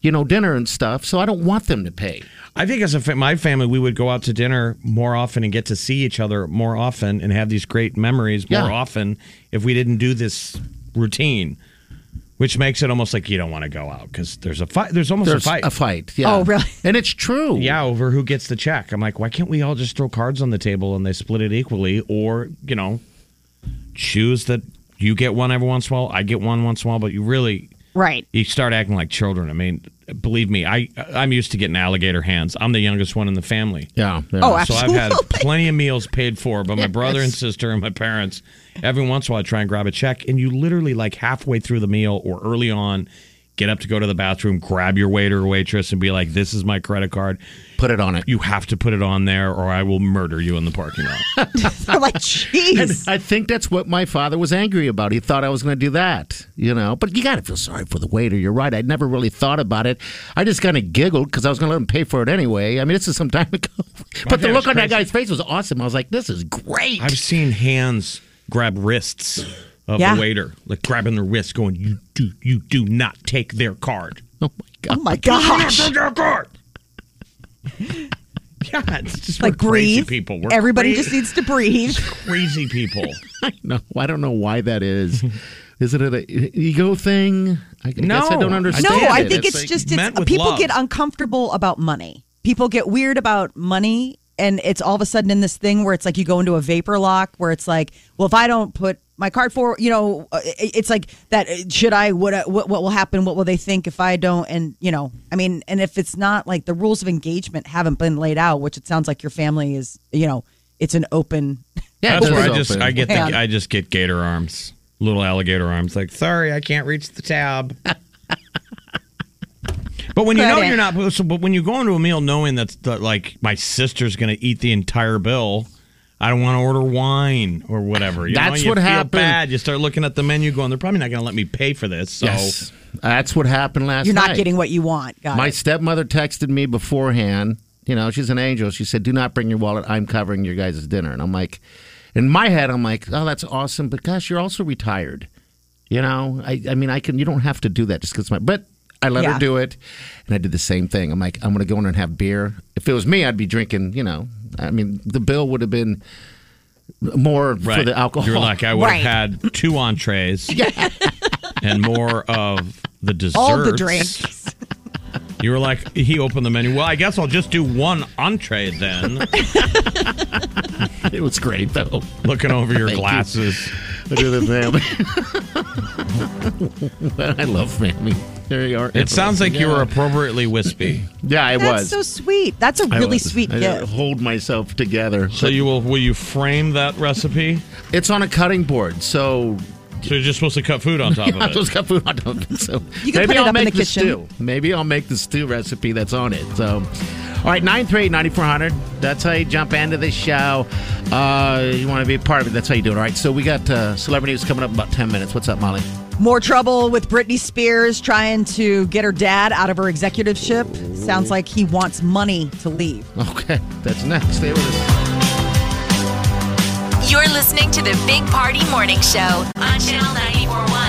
you know, dinner and stuff, so I don't want them to pay. I think as a fa- my family, we would go out to dinner more often and get to see each other more often and have these great memories more Yeah. often if we didn't do this routine, which makes it almost like you don't want to go out because there's a fight. There's almost There's a fight. a fight. Yeah. Oh, really? And it's true. yeah, over who gets the check. I'm like, why can't we all just throw cards on the table and they split it equally, or you know, choose that you get one every once in a while, I get one once in a while, but you really Right. you start acting like children. I mean, believe me, I I'm used to getting alligator hands. I'm the youngest one in the family. Yeah. yeah. Oh, So I've absolutely. had plenty of meals paid for by my brother and Yes. sister and my parents. Every once in a while, I try and grab a check, and you literally, like halfway through the meal or early on, get up to go to the bathroom, grab your waiter or waitress, and be like, This is my credit card. put it on it. You have to put it on there, or I will murder you in the parking lot. They're like, jeez. I think that's what my father was angry about. He thought I was going to do that, you know. But you got to feel sorry for the waiter. You're right. I'd never really thought about it. I just kind of giggled because I was going to let him pay for it anyway. I mean, this is some time ago. but the dad look was on that crazy. guy's face was awesome. I was like, this is great. I've seen hands grab wrists of Yeah. a waiter, like grabbing their wrists, going, You do, you do not take their card. oh my oh god. my gosh. Yeah, it's just Like we're crazy breathe. people. We're Everybody cra- just needs to breathe. crazy people. No, I don't know why that is. is it an ego thing? I, I guess I No, don't I understand. No, Damn I it. think it's, like- just meant it's, with people love. get uncomfortable about money. People get weird about money, and it's all of a sudden in this thing where it's like you go into a vapor lock where it's like, well, if I don't put my card for, you know, uh, it- it's like that. uh, Should I? What? uh, What? What will happen? What will they think if I don't? And you know, I mean, and if it's not like the rules of engagement haven't been laid out, which it sounds like your family is, you know, it's an open. Yeah, it That's where does I just open. I get Yeah. the, I just get gator arms, little alligator arms. Like, sorry, I can't reach the tab. but when you know Credit. you're not, so- but when you go into a meal knowing that's that like my sister's going to eat the entire bill. I don't want to order wine or whatever. You That's know, you what feel happened. Bad. You start looking at the menu, going, "They're probably not going to let me pay for this." So Yes. That's what happened last You're not night. getting what you want, guys. My stepmother texted me beforehand. You know, she's an angel. She said, "Do not bring your wallet. I'm covering your guys' dinner." And I'm like, in my head, I'm like, "Oh, that's awesome." But gosh, you're also retired. You know, I, I mean, I can. You don't have to do that just because my. But I let Yeah. her do it, and I did the same thing. I'm like, I'm going to go in and have beer. If it was me, I'd be drinking. You know, I mean, the bill would have been more for right, the alcohol. you're like, I would Right. have had two entrees and more of the desserts. all the drinks. You were like, he opened the menu. Well, I guess I'll just do one entree then. it was great though. Looking over your Thank you. glasses. I do the family. I love family. There you are. It sounds like you were appropriately wispy. Yeah, I That's was. so sweet. That's a I really was. sweet I had to gift. Hold myself together. So you will will you frame that recipe? It's on a cutting board, so So you're just supposed to cut food on top I of it. just got food on top. of it, So You can maybe put it up I'll in make the kitchen. stew. Maybe I'll make the stew recipe that's on it. So, All right, 938-9400. That's how you jump into the show. Uh, you want to be a part of it. That's how you do it. All right, so we got uh, celebrity news coming up in about 10 minutes. What's up, Molly? More trouble with Britney Spears trying to get her dad out of her executiveship. Sounds like he wants money to leave. Okay, that's next. Stay with us. You're listening to the Big Party Morning Show on Channel 941.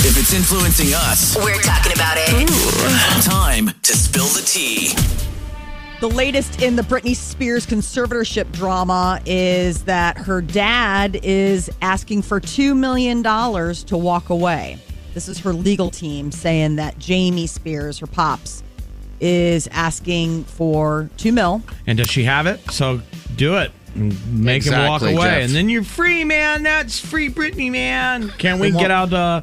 If it's influencing us, We're talking about it. time to spill the tea. The latest in the Britney Spears conservatorship drama is that her dad is asking for $2 million to walk away. This is her legal team saying that Jamie Spears, her pops, is asking for two mil. And does she have it? So do it. And Make him walk Exactly, away, Jeff. and then you're free, man. That's free, Britney, man. Can we And get what- out uh,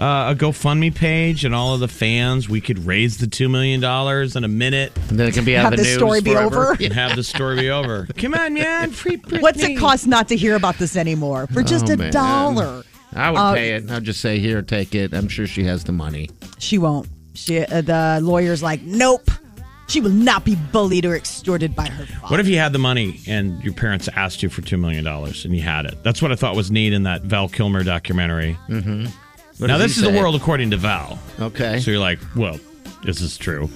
uh, a GoFundMe page and all of the fans? We could raise the two million dollars in a minute And then it can be out Have of the this news story be forever. over? and have the story be over. Come on, man. Free Britney. What's it cost not to hear about this anymore? For just Oh, a man. dollar. I would Uh, pay it. I'll just say, here, take it. I'm sure she has the money. She won't. She, uh, the lawyer's like, nope. She will not be bullied or extorted by her father. What if you had the money and your parents asked you for two million dollars and you had it? That's what I thought was neat in that Val Kilmer documentary. Mm-hmm. What now does this he is the say? world according to Val. Okay. So you're like, well, this is true.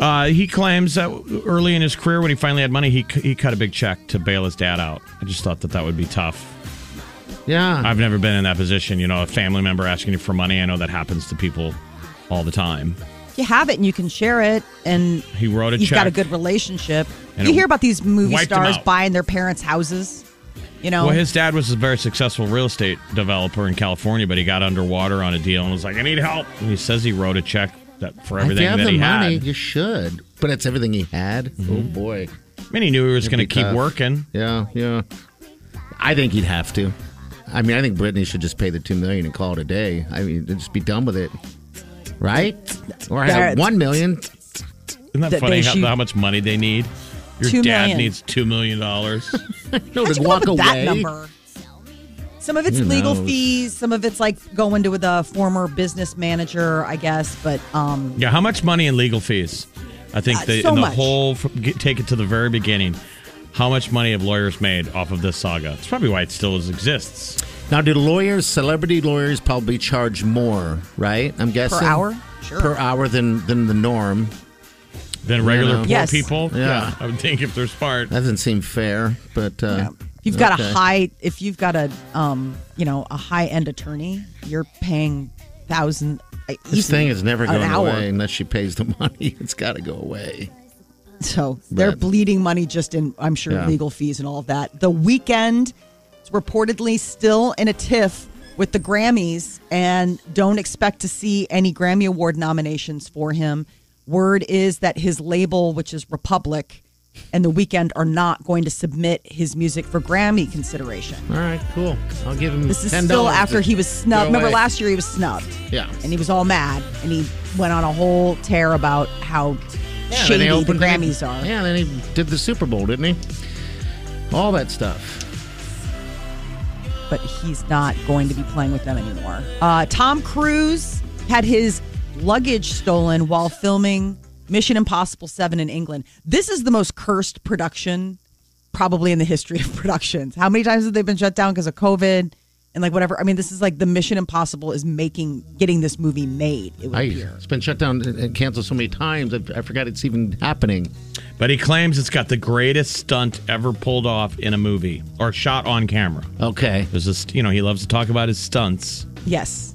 Uh, he claims that early in his career, when he finally had money, he cu- he cut a big check to bail his dad out. I just thought that that would be tough. yeah. I've never been in that position. You know, a family member asking you for money. I know that happens to people all the time. you have it and you can share it and He wrote a you've check. got a good relationship And you it hear about these movie wiped 'em stars out. buying their parents houses you know Well, his dad was a very successful real estate developer in California, but he got underwater on a deal and was like, "I need help." And he says he wrote a check that for if you everything have that the he money, had. Mm-hmm. you should. But it's everything he had. Oh, boy. I mean, he knew he was going to be keep tough. working. Yeah, yeah. I think he'd have to. I mean, I think Britney should just pay the two million and call it a day. I mean, just be done with it, right? Or have That's- one million. Isn't that That funny they how, should- how much money they need? Your Two dad million. needs two million dollars. No, How'd to you come up walk with away. that number some of it's Who legal knows? fees some of it's like going to with a former business manager i guess but um yeah, how much money in legal fees? I think Uh, they, so in the much. whole fr- get, take it to the very beginning. How much money have lawyers made off of this saga? It's probably why it still is, exists. Now, do lawyers, celebrity lawyers, probably charge more? Right? I'm guessing hour? Sure. per hour than than the norm. Than know. regular poor Yes. people. Yeah. I would think if they're smart. That doesn't seem fair, but uh, yeah. if you've got okay. a high if you've got a um you know a high end attorney you're paying thousand uh, This thing is never an going hour. away unless she pays the money. It's got to go away. So they're But- bleeding money just in, I'm sure, Yeah. legal fees and all of that. The weekend is reportedly still in a tiff with the Grammys and don't expect to see any Grammy Award nominations for him. Word is that his label, which is Republic, and the weekend are not going to submit his music for Grammy consideration. All right, cool. I'll give him. This is $10 still after to he was snubbed. go Remember away. last year he was snubbed. Yeah. And he was all mad and he went on a whole tear about how shady the opened- Grammys are. Yeah, then he did the Super Bowl, didn't he? All that stuff. but he's not going to be playing with them anymore. Uh, Tom Cruise had his luggage stolen while filming Mission Impossible 7 in England. This is the most cursed production probably in the history of productions. How many times have they been shut down because of COVID and like whatever. I mean, this is like the Mission Impossible is making getting this movie made. It would I, appear. it's been shut down and- and canceled so many times. I, I forgot it's even happening. But he claims it's got the greatest stunt ever pulled off in a movie or shot on camera. Okay. There's this, you know, he loves to talk about his stunts. Yes.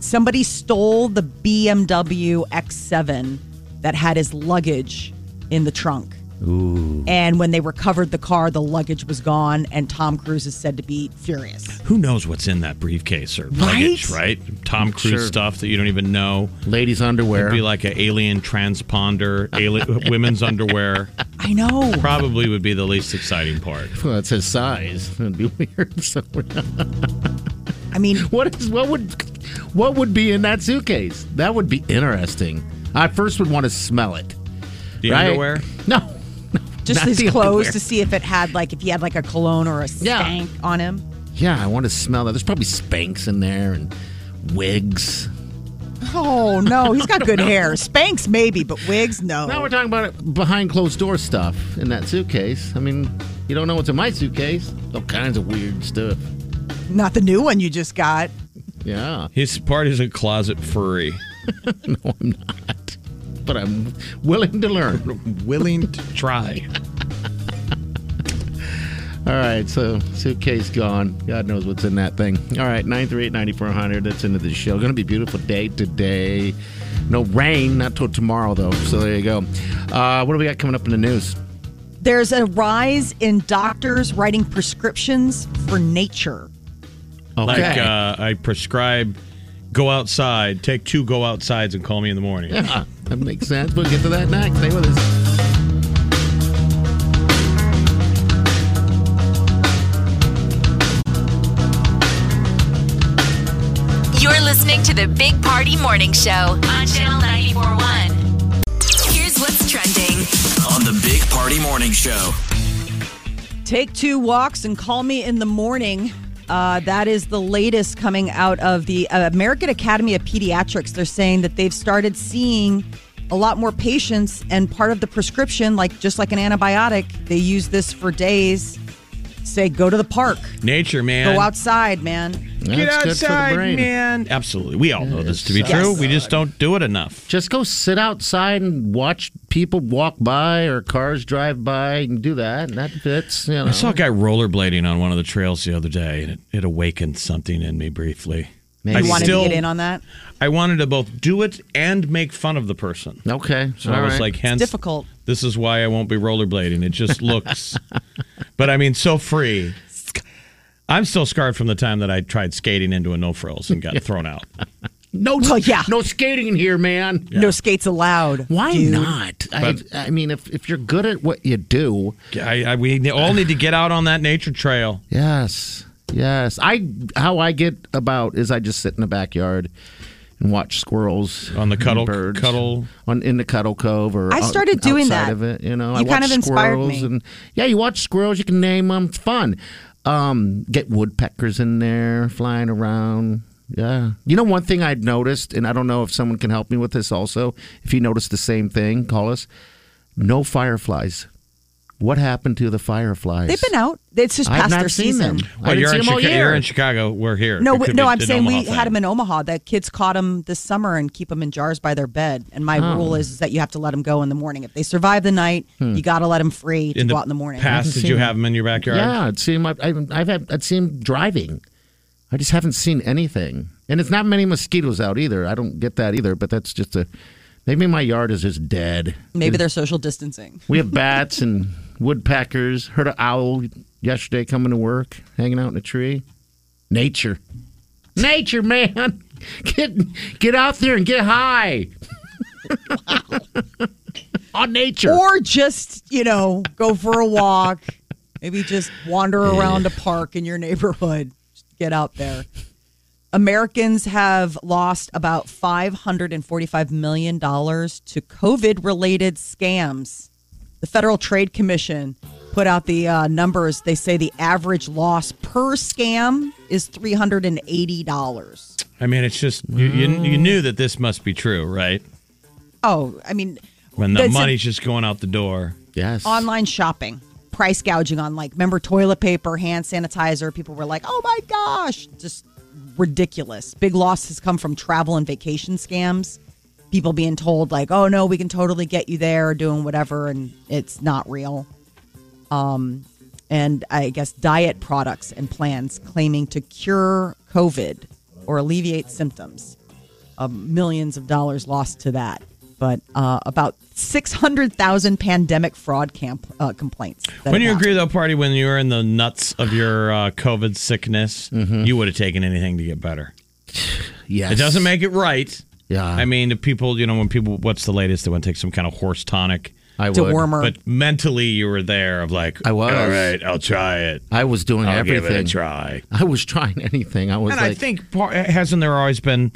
Somebody stole the BMW X7 that had his luggage in the trunk. Ooh. And when they recovered the car, the luggage was gone, and Tom Cruise is said to be furious. Who knows what's in that briefcase or luggage, right? Tom Cruise Sure. stuff that you don't even know. Ladies' underwear. It'd be like an alien transponder, alien, women's underwear. I know. Probably would be the least exciting part. well, it says size. That'd be weird. So we're not- I mean, what is what would what would be in that suitcase? That would be interesting. I first would want to smell it. The right? underwear? No. just Not his the clothes underwear. to see if it had like if he had like a cologne or a Yeah. stank on him. Yeah, I want to smell that. There's probably spanks in there and wigs. Oh no, he's got good hair. Spanks maybe, but wigs no. Now we're talking about behind closed door stuff in that suitcase. I mean, you don't know what's in my suitcase. All kinds of weird stuff. Not the new one you just got. Yeah. His part is a closet furry. No, I'm not. But I'm willing to learn. Willing to try. All right, so suitcase gone. God knows what's in that thing. All right, 938-9400. That's into the show. Going to be a beautiful day today. No rain, not till tomorrow, though. So there you go. Uh, what do we got coming up in the news? There's a rise in doctors writing prescriptions for nature. Okay. Like uh, I prescribe go outside, take two go outsides and call me in the morning. yeah, that makes sense. We'll get to that next. Stay with us. You're listening to the Big Party Morning Show on Channel 941. Here's what's trending. on the Big Party Morning Show. Take two walks and call me in the morning. Uh, that is the latest coming out of the uh, American Academy of Pediatrics. They're saying that they've started seeing a lot more patients, and part of the prescription, like just like an antibiotic, they use this for days. Say, go to the park, Nature, man. go outside, man. That's Get good for the outside, brain. man. Absolutely. We all know this to be true. We just don't do it enough. Just go sit outside and watch people walk by or cars drive by and do that. And that fits. You know. I saw a guy rollerblading on one of the trails the other day, and it, it awakened something in me briefly. Maybe. You I wanted still, to get in on that? I wanted to both do it and make fun of the person. Okay. So I was like, hence, difficult. This is why I won't be rollerblading. It just looks, but I mean, so free. I'm still scarred from the time that I tried skating into a no frills and got thrown out. no, Well, yeah. no skating in here, man. No skates allowed. Why dude. not? But- I, I mean, if, if you're good at what you do, I, I, we all need to get out on that nature trail. yes, yes. I how I get about is I just sit in the backyard and watch squirrels On the and cuddle- birds, cuddle- on in the cuddle cove or I out- started doing outside that. Of it, you know, I You kind watch of inspired squirrels me. and yeah, you watch squirrels. You can name them. It's fun. Um, get woodpeckers in there flying around. Yeah. You know, one thing I'd noticed, and I don't know if someone can help me with this also, if you noticed the same thing, call us. No fireflies. What happened to the fireflies? They've been out. It's just I've past not their seen season. them. I Well, didn't you're, see in them all Chica- year. you're in Chicago. We're here. No, It we, could no, be I'm an saying Omaha we had thing. them in Omaha. The kids caught them this summer and keep them in jars by their bed. And my rule is, that you have to let them go in the morning. If they survive the night, you got to let them free to in go the, out in the morning. Past, did you have them in your backyard? Yeah, I'd seen my, I've, I've had, I'd seen him driving. I just haven't seen anything, and it's not many mosquitoes out either. I don't get that either, but that's just a maybe my yard is just dead. Maybe they're social distancing. We have bats and woodpeckers. Heard an owl yesterday coming to work, hanging out in a tree. Nature, nature, man, get get out there and get high. On nature. Or just, you know, go for a walk. Maybe just wander around a park in your neighborhood. Just get out there. Americans have lost about $545 million to COVID related scams. The Federal Trade Commission put out the uh, numbers. They say the average loss per scam is $380. I mean, it's just you, you, Mm. you knew that this must be true, right? Oh, I mean, When the That's a- money's just going out the door. yes. online shopping. price gouging on like remember toilet paper, hand sanitizer. People were like, "Oh my gosh, just ridiculous." Big loss has come from travel and vacation scams. People being told like, "Oh no, we can totally get you there," doing whatever, and it's not real. Um, and I guess diet products and plans claiming to cure COVID or alleviate symptoms um, millions of dollars lost to that. But uh, about 600,000 pandemic fraud camp, uh, complaints. that When you have agree though, party, when you were in the nuts of your uh, COVID sickness, Mm-hmm. you would have taken anything to get better. Yes. It doesn't make it right. Yeah. I mean, the people, you know, when people, what's the latest? They want to take some kind of horse tonic. I to would. warmer. But mentally, you were there of like, I was. All right, I'll try it. I was doing I'll everything. give it a try. I was trying anything. I was And like, I think par- hasn't there always been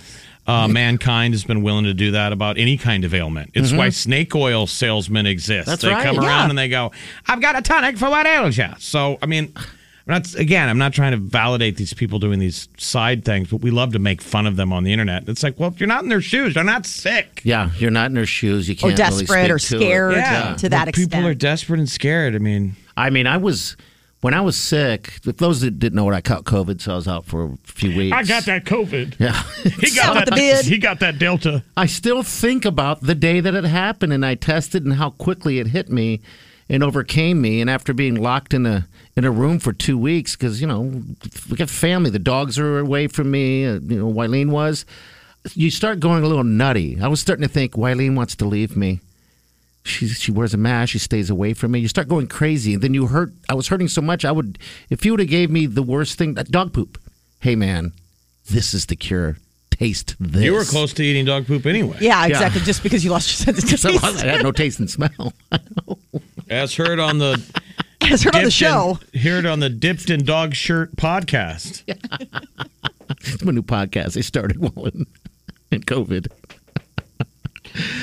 uh, mankind has been willing to do that about any kind of ailment. It's why snake oil salesmen exist. Mm-hmm. That's they right, come yeah. around and they go, "I've got a tonic for what ails you." So I mean, I'm not again. I'm not trying to validate these people doing these side things, but we love to make fun of them on the internet. It's like, well, if you're not in their shoes, they're not sick. yeah, you're not in her shoes. You or can't really desperate or speak to it. scared to that But people extent. are desperate and scared. I mean, I mean, I was when I was sick. If those that didn't know what I caught COVID, so I was out for a few weeks. that COVID. Yeah, He got Out with that- the bid. he got that Delta. I still think about the day that it happened, and I tested, and how quickly it hit me, and overcame me. And after being locked in a in a room for two weeks, because you know we got family, the dogs are away from me. Uh, you know, Wileen was. You start going a little nutty. I was starting to think Wileen wants to leave me. she she wears a mask. She stays away from me. You start going crazy, and then you hurt. I was hurting so much. I would, if you would have gave me the worst thing, that dog poop. Hey man, this is the cure. Taste this. You were close to eating dog poop anyway. yeah, exactly. Just because you lost your sense of So I taste. had no taste and smell. As heard on the As heard on the Dipped in- show. hear it on the Dipped in Dog Shirt podcast. it's my new podcast. They started one in COVID.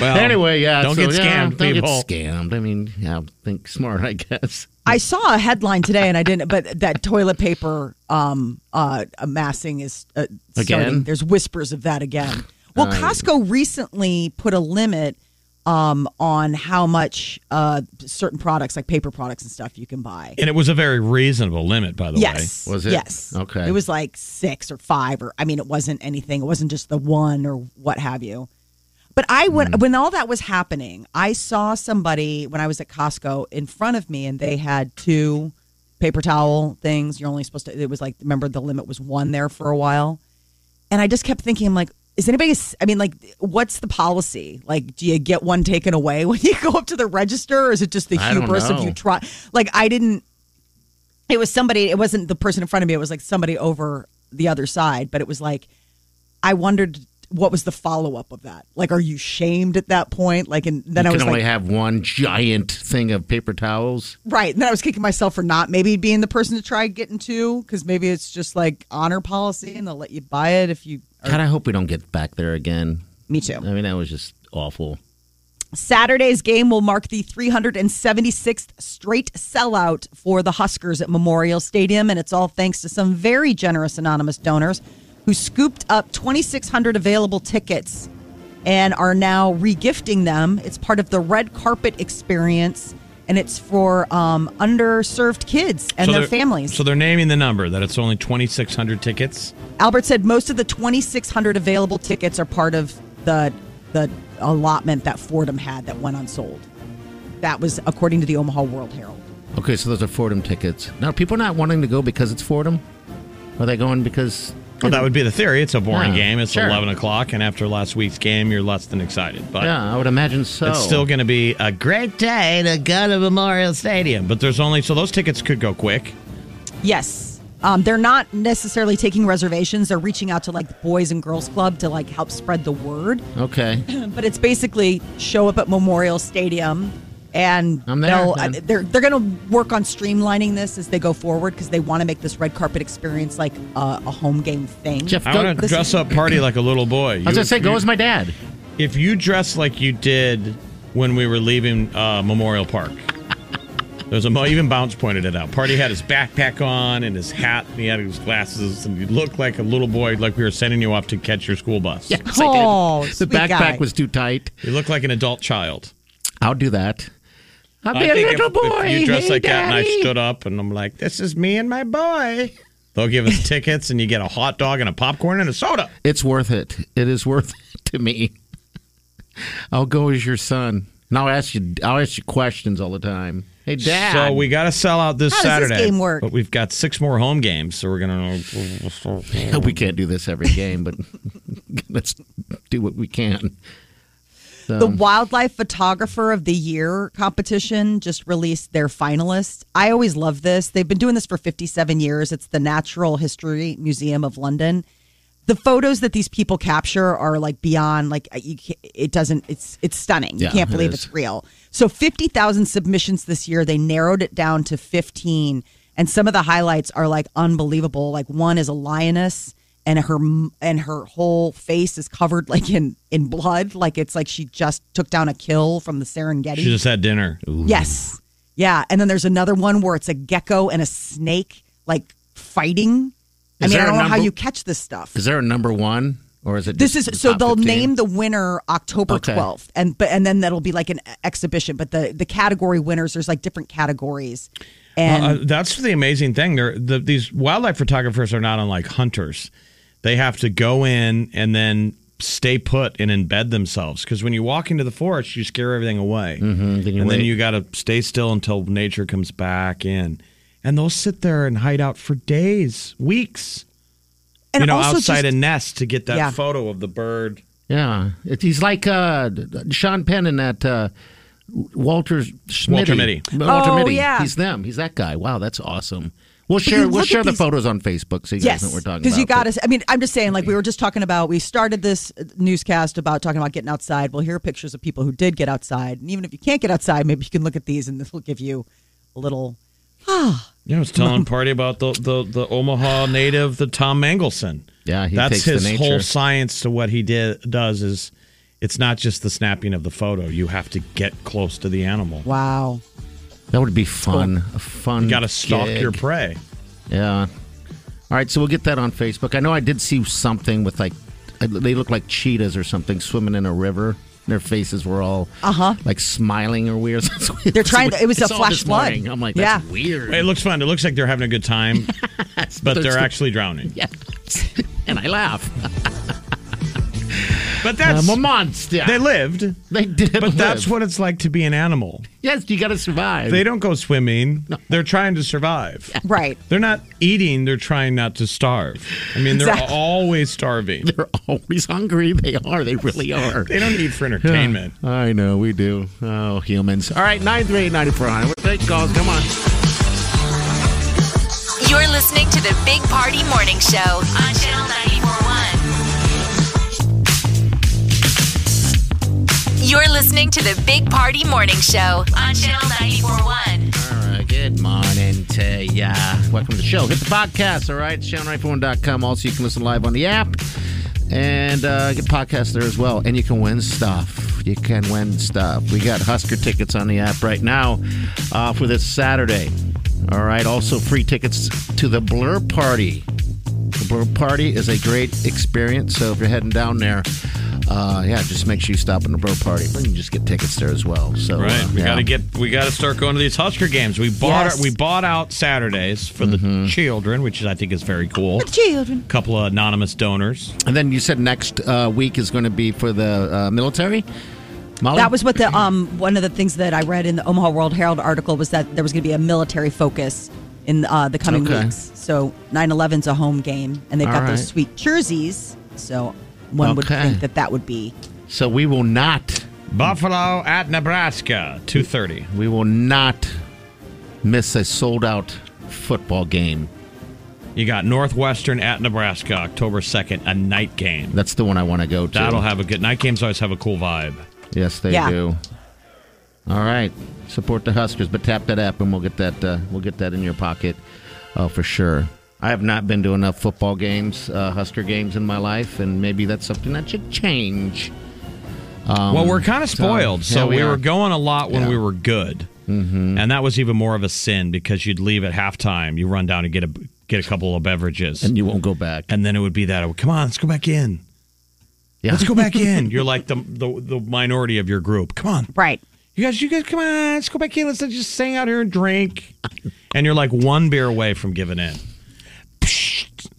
Well, anyway, yeah. Oh. Don't so, get yeah, scammed, don't people. get scammed. I mean, yeah, think smart. I guess. I saw a headline today and I didn't, but that toilet paper um, uh, amassing is uh, starting. Again? There's whispers of that again. Well, Costco recently put a limit um, on how much uh, certain products, like paper products and stuff, you can buy. And it was a very reasonable limit, by the Yes. Was it? Yes. Okay. It was like six or five, or I mean, it wasn't anything. It wasn't just the one or what have you. But I when Hmm. when all that was happening, I saw somebody when I was at Costco in front of me, and they had two paper towel things. You're only supposed to. It was like remember the limit was one there for a while, and I just kept thinking, I'm like. Is anybody? s- I mean, like, what's the policy? Like, do you get one taken away when you go up to the register, or is it just the I don't hubris of know. you try? Like, I didn't it was somebody it wasn't the person in front of me it was like somebody over the other side but it was like i wondered what was the follow-up of that like are you shamed at that point like and then you i was can only like have one giant thing of paper towels. right and then i was kicking myself for not maybe being the person to try getting to because maybe it's just like honor policy and they'll let you buy it if you God, I hope we don't get back there again. me too I mean, that was just awful. Saturday's game will mark the 376th straight sellout for the Huskers at Memorial Stadium, and it's all thanks to some very generous anonymous donors who scooped up 2,600 available tickets and are now regifting them. It's part of the red carpet experience, and it's for um, underserved kids and So their they're- families. So they're naming the number that it's only 2,600 tickets. Albert said most of the 2,600 available tickets are part of the the allotment that Fordham had that went unsold. That was according to the Omaha World Herald. Okay, so those are Fordham tickets. Now, are people not wanting to go because it's Fordham? Are they going because? Well, Oh, Mm-hmm. that would be the theory. It's a boring Yeah, game. It's sure. 11 o'clock, and after last week's game, you're less than excited. But Yeah, I would imagine so. it's still going to be a great day to go to Memorial Stadium. But there's only so those tickets could go quick. Yes. Um, they're not necessarily taking reservations. They're reaching out to like the Boys and Girls Club to like help spread the word. okay. But it's basically show up at Memorial Stadium, and I'm there, they'll, uh, man. they're they're going to work on streamlining this as they go forward because they want to make this red carpet experience like a, a home game thing. Jeff, I go- want to listen- dress up party like a little I boy. was gonna say, go as my dad. if you dress like you did when we were leaving uh, Memorial Park. There's a mo- even bounce pointed it out. Party had his backpack on and his hat, and he had his glasses, and you looked like a little boy, like we were sending you off to catch your school bus. Yes, I did. Oh, the sweet backpack guy. was too tight. You look like an adult child. I'll do that. I'll I be a think little if, boy. if you dress Hey, like that and I Daddy. stood up and I'm like, this is me and my boy. They'll give us tickets and you get a hot dog and a popcorn and a soda. It's worth it. It is worth it to me. I'll go as your son. And I'll ask you I'll ask you questions all the time. Hey dad. So we got to sell out this How does this Saturday. game work? But we've got six more home games, so we're going to. we can't do this every game, but let's do what we can. Um, The Wildlife Photographer of the Year competition just released their finalists. I always love this. They've been doing this for 57 years. It's the Natural History Museum of London. The photos that these people capture are like beyond like you ca it doesn't it's it's stunning. Yeah, you can't it believe is. it's real. So 50,000 submissions this year. They narrowed it down to 15 and some of the highlights are like unbelievable. Like one is a lioness and her and her whole face is covered like in in blood like it's like she just took down a kill from the Serengeti. She just had dinner. yes. Yeah, and then there's another one where it's a gecko and a snake like fighting. I Is mean, I there a don't know how number- you catch this stuff. Is there a number one? Or is it This is just the so top they'll 15? name the winner October Okay. twelfth, and but and then that'll be like an exhibition. But the the category winners, there's like different categories, and Uh, that's the amazing thing. They're, the, these wildlife photographers are not unlike hunters. They have to go in and then stay put and embed themselves because when you walk into the forest, you scare everything away, mm-hmm, you and then wait. you got to stay still until nature comes back in. And they'll sit there and hide out for days, weeks, and you know, also outside just, a nest to get that Yeah. photo of the bird. Yeah, it, he's like uh, Sean Penn in that uh, Walter Schmitty. Walter Mitty. Walter Oh, Mitty. yeah. he's them. He's that guy. Wow, that's awesome. We'll you share. We'll look at share the these- photos on Facebook so you yes, guys know what we're talking about. because you got but- us. I mean, I'm just saying, like we were just talking about. We started this uh, newscast about talking about getting outside. Well, here are pictures of people who did get outside, and even if you can't get outside, maybe you can look at these, and this will give you a little. You know, I was telling Party about the, the, the Omaha native, the Tom Mangelson. Yeah, he that's takes the his nature. whole science to what he did does is it's not just the snapping of the photo. You have to get close to the animal. Wow. That would be fun. A fun. You got to stalk gig. your prey. Yeah. All right, so we'll get that on Facebook. I know I did see something with like they look like cheetahs or something swimming in a river. Their faces were all Uh-huh. like smiling or weird. They're trying to- it was a I saw flash this flood. morning. I'm like, that's Yeah. weird. It looks fun. It looks like they're having a good time, but they're actually drowning. yeah. and I laugh. But that's I'm a monster. they lived. Um, They did, But that's live. what it's like to be an animal. Yes, you got to survive. They don't go swimming. They're trying to survive. Right. They're not eating. They're trying not to starve. I mean, they're Exactly. always starving. They're always hungry. They are. They really are. They don't eat for entertainment. I know we do. Oh, humans. All right, nine three eight ninety four hundred. We'll take calls. Come on. You're listening to the Big Party Morning Show on Channel 941. You're listening to the Big Party Morning Show on Channel 941. All right, good morning to ya. Welcome to the show. Hit the podcast, all right? ShannonRightphone.com. Also, you can listen live on the app and uh, get podcasts there as well. And you can win stuff. You can win stuff. We got Husker tickets on the app right now uh, for this Saturday. All right, also free tickets to the Blur Party. The Blur Party is a great experience, so if you're heading down there, uh, yeah, just make sure you stop in the Blur Party. But you can just get tickets there as well. So uh, Right. We yeah. got to get. We got to start going to these Husker games. We bought. Yes. we bought out Saturdays for Mm-hmm. the children, which I think is very cool. Children. A couple of anonymous donors. And then you said next uh, week is going to be for the uh, military. Oh, Molly? That was what the um one of the things that I read in the Omaha World Herald article was that there was going to be a military focus in uh, the coming Okay. weeks. So 9/11's a home game, and they've All got right. those sweet jerseys. So one would Okay. think that that would be so we will not, Buffalo at Nebraska, two thirty. we will not miss a sold out football game. You got Northwestern at Nebraska, October second, a night game. That's the one I want to go to. That'll have a good night. Games always have a cool vibe. Yes, they Yeah. do. All right, support the Huskers, but tap that app and we'll get that uh, we'll get that in your pocket uh, for sure. I have not been to enough football games, uh, Husker games in my life, and maybe that's something that should change. well, we're kind of spoiled, yeah, so Um, we we, are. were going a lot when Yeah. we were good, mm-hmm. and that was even more of a sin because you'd leave at halftime, you run down and get a get a couple of beverages, And you won't go back. and then it would be that. oh, Come on, let's go back in. Yeah. Let's go back in. You're like the, the the minority of your group. Come on, right. you guys, you guys, come on, let's go back in. Let's just hang out here and drink. And you're like one beer away from giving in.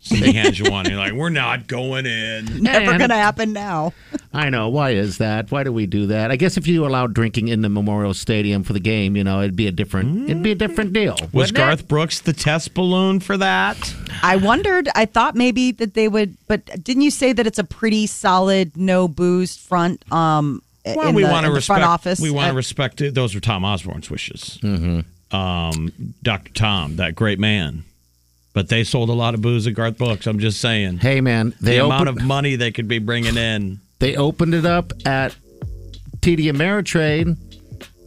So they hand you one. And you're like, we're not going in. Never Man. going to happen now. I know. Why is that? Why do we do that? I guess if you allowed drinking in the Memorial Stadium for the game, you know, it'd be a different. It'd be a different deal. Mm. Was wouldn't it? Garth Brooks the test balloon for that? I wondered. I thought maybe that they would, but didn't you say that it's a pretty solid no booze front? Um, Well, in we the, want in to the respect. front office. We want Uh, Mm-hmm. to respect it. Those were Tom Osborne's wishes. Um, Dr. Tom, that great man. But they sold a lot of booze at Garth Brooks. I'm just saying. Hey man, the they amount opened of money they could be bringing in. they opened it up at TD Ameritrade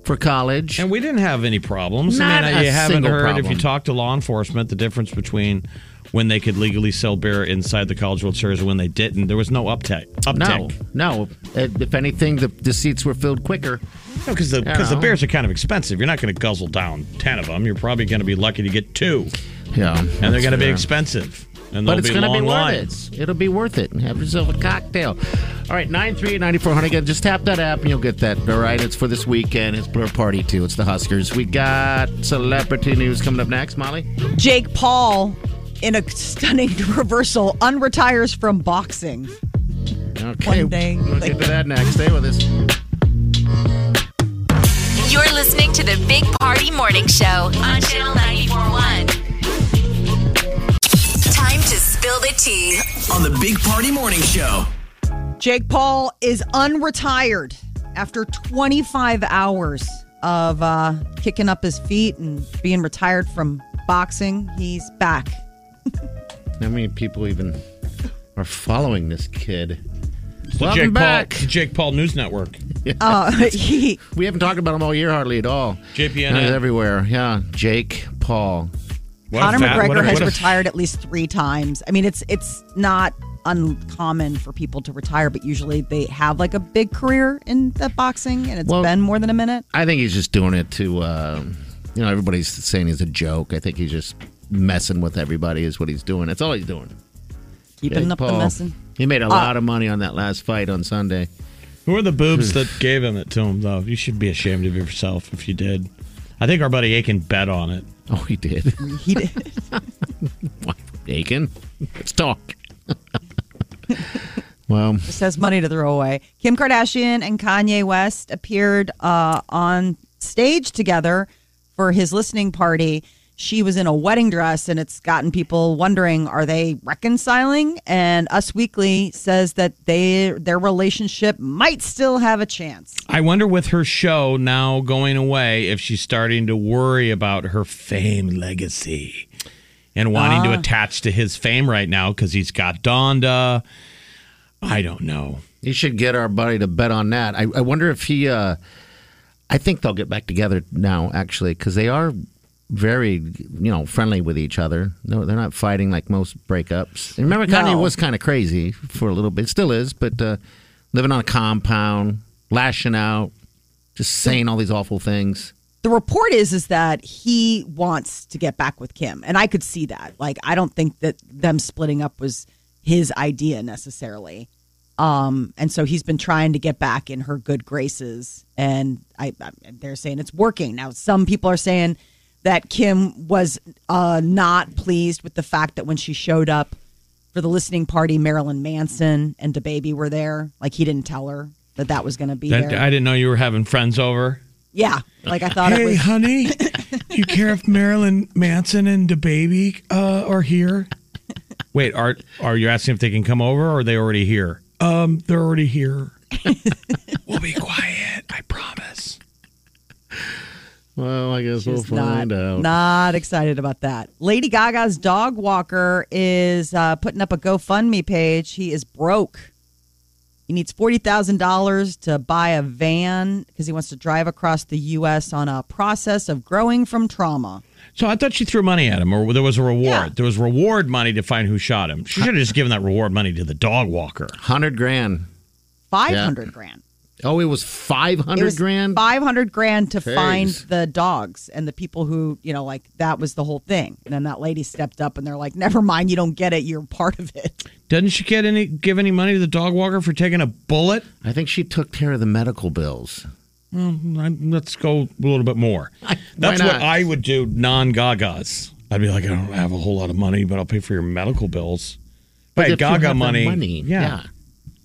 for college. And we didn't have any problems. Not I mean, a you haven't single heard if you problem. talk to law enforcement the difference between when they could legally sell beer inside the College World Series and when they didn't. There was no uptick. no, Uptick. no. If if anything, the, the seats were filled quicker. because the because the Yeah. beers are kind of expensive. You're not going to guzzle down ten of them. You're probably going to be lucky to get two, Yeah, and they're going to be expensive. expensive. And But there'll it's be going to be long worth lines. it. It'll be worth it. Have yourself a cocktail. All right, 938-9400. Again, just tap that app and you'll get that. All right, it's for this weekend. It's Blur Party 2. It's the Huskers. We got celebrity news coming up next, Molly. Jake Paul in a stunning reversal unretires from boxing. Okay. One day. We'll get to that next. Stay with us. You're listening to the Big Party Morning Show on Channel 941. Time to spill the tea. On the Big Party Morning Show. Jake Paul is unretired after 25 hours of uh, kicking up his feet and being retired from boxing. He's back. How many people even are following this kid? The Welcome Jake back. Paul, the Jake Paul News Network. Uh, he We haven't talked about him all year hardly at all. JPN. He's everywhere. Yeah, Jake Paul. What a Conor fat- McGregor what a- has what a- retired at least three times. I mean, it's it's not uncommon for people to retire, but usually they have like a big career in the boxing, and it's Well- been more than a minute. I think he's just doing it to, uh, you know, everybody's saying he's a joke. I think he's just messing with everybody is what he's doing. That's all he's doing. Keeping Jake up the Paul. messing. Uh, He made a lot of money on that last fight on Sunday. Who are the boobs that gave him it to him though? You should be ashamed of yourself if you did. I think our buddy Aiken bet on it. Oh, he did. He did. Aiken, let's talk. well, just has money to throw away. Kim Kardashian and Kanye West appeared uh, on stage together for his listening party. She was in a wedding dress, and it's gotten people wondering: Are they reconciling? And Us Weekly says that they their relationship might still have a chance. I wonder with her show now going away if she's starting to worry about her fame legacy and wanting to attach to his fame right now because he's got Donda. I don't know. you should get our buddy to bet on that. I, I wonder if he. Uh, I think they'll get back together now, actually, because they are very, you know, friendly with each other. No, they're not fighting like most breakups. And remember, Kanye No. was kind of crazy for a little bit, still is, but uh, living on a compound, lashing out, just saying all these awful things. the report is is that he wants to get back with Kim, and I could see that. Like, I don't think that them splitting up was his idea necessarily. Um, and so he's been trying to get back in her good graces, and I, I they're saying it's working now. Some people are saying that Kim was uh, not pleased with the fact that when she showed up for the listening party, Marilyn Manson and DeBaby were there. Like, he didn't tell her that that was going to be That, there. I didn't know you were having friends over. yeah, like I thought it was. honey, you care if Marilyn Manson and the baby uh, are here? Wait, are are you asking if they can come over, or are they already here? Um, they're already here. we'll be quiet. I promise. Well, I guess we'll Just not, find out. not excited about that. Lady Gaga's dog walker is uh, putting up a GoFundMe page. He is broke. He needs forty thousand dollars to buy a van because he wants to drive across the U.S. on a process of growing from trauma. So I thought she threw money at him, or there was a reward. Yeah. There was reward money to find who shot him. She should have just given that reward money to the dog walker. Hundred grand. Five hundred grand. Oh, it was five hundred grand. Five hundred grand to Jeez. find the dogs and the people who you know like that was the whole thing. And then that lady stepped up and they're like, "Never mind, you don't get it. You're part of it." Doesn't she get any give any money to the dog walker for taking a bullet? I think she took care of the medical bills. well, I- let's go a little bit more. That's why what not? I would do, non Gagas. I'd be like, I don't have a whole lot of money, but I'll pay for your medical bills. But Hey, if you have Gaga the money. money, Yeah.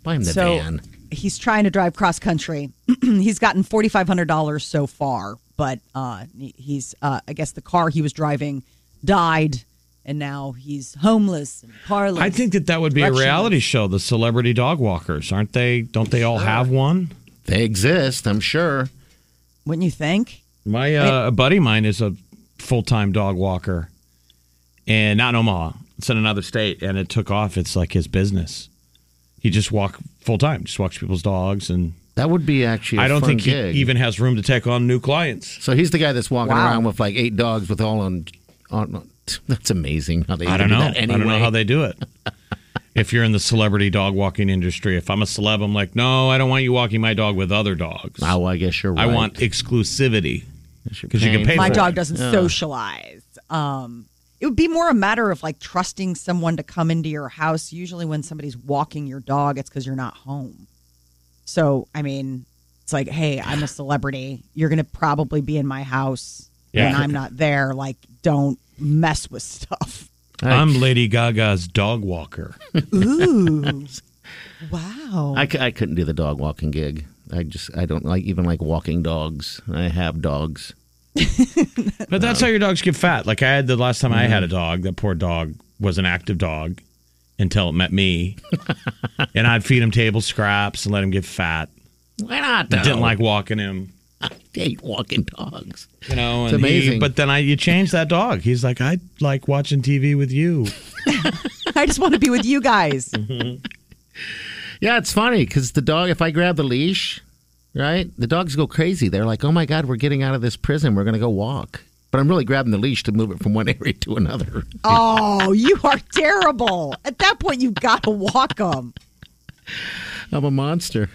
Buy him the so van. he's trying to drive cross country. he's gotten forty five hundred dollars so far, but uh, he- he's uh, I guess the car he was driving died, and now he's homeless and carless. I think that that would be a Directionless. reality show, the celebrity dog walkers, aren't they? Don't they all have one? They exist, I'm sure. wouldn't you think? My uh, a buddy of mine is a full time dog walker, and not in Omaha. It's in another state, and it took off. It's like his business. He just walk full time, just walks people's dogs, and That would be actually. I I don't think gig. he even has room to take on new clients. So he's the guy that's walking Wow. around with like eight dogs with all on. on that's amazing how they. I even don't do know. That anyway. I don't know how they do it. if you're in the celebrity dog walking industry, if I'm a celeb, I'm like, no, I don't want you walking my dog with other dogs. Oh, I guess you're right. I want exclusivity. because 'cause you can pay My for it. dog doesn't socialize. Um, it would be more a matter of like trusting someone to come into your house. Usually, when somebody's walking your dog, it's because you're not home. So, I mean, it's like, hey, I'm a celebrity. You're gonna probably be in my house when Yeah. I'm not there. Like, don't mess with stuff. I'm Lady Gaga's dog walker. Ooh, wow. I, cou- I couldn't do the dog walking gig. I just I don't like even like walking dogs. I have dogs. But that's how your dogs get fat. Like I had the last time I had a dog, that poor dog was an active dog until it met me. and I'd feed him table scraps and let him get fat. Why not? I Though? Didn't like walking him. I hate walking dogs. You know, It's and he- amazing. but then I you change that dog. He's like, I like watching TV with you. I just want to be with you guys. Yeah, it's funny because the dog. If I grab the leash, right, the dogs go crazy. They're like, "Oh my god, we're getting out of this prison. We're gonna go walk." But I'm really grabbing the leash to move it from one area to another. Oh, you are terrible. At that point, you've got to walk them. I'm a monster.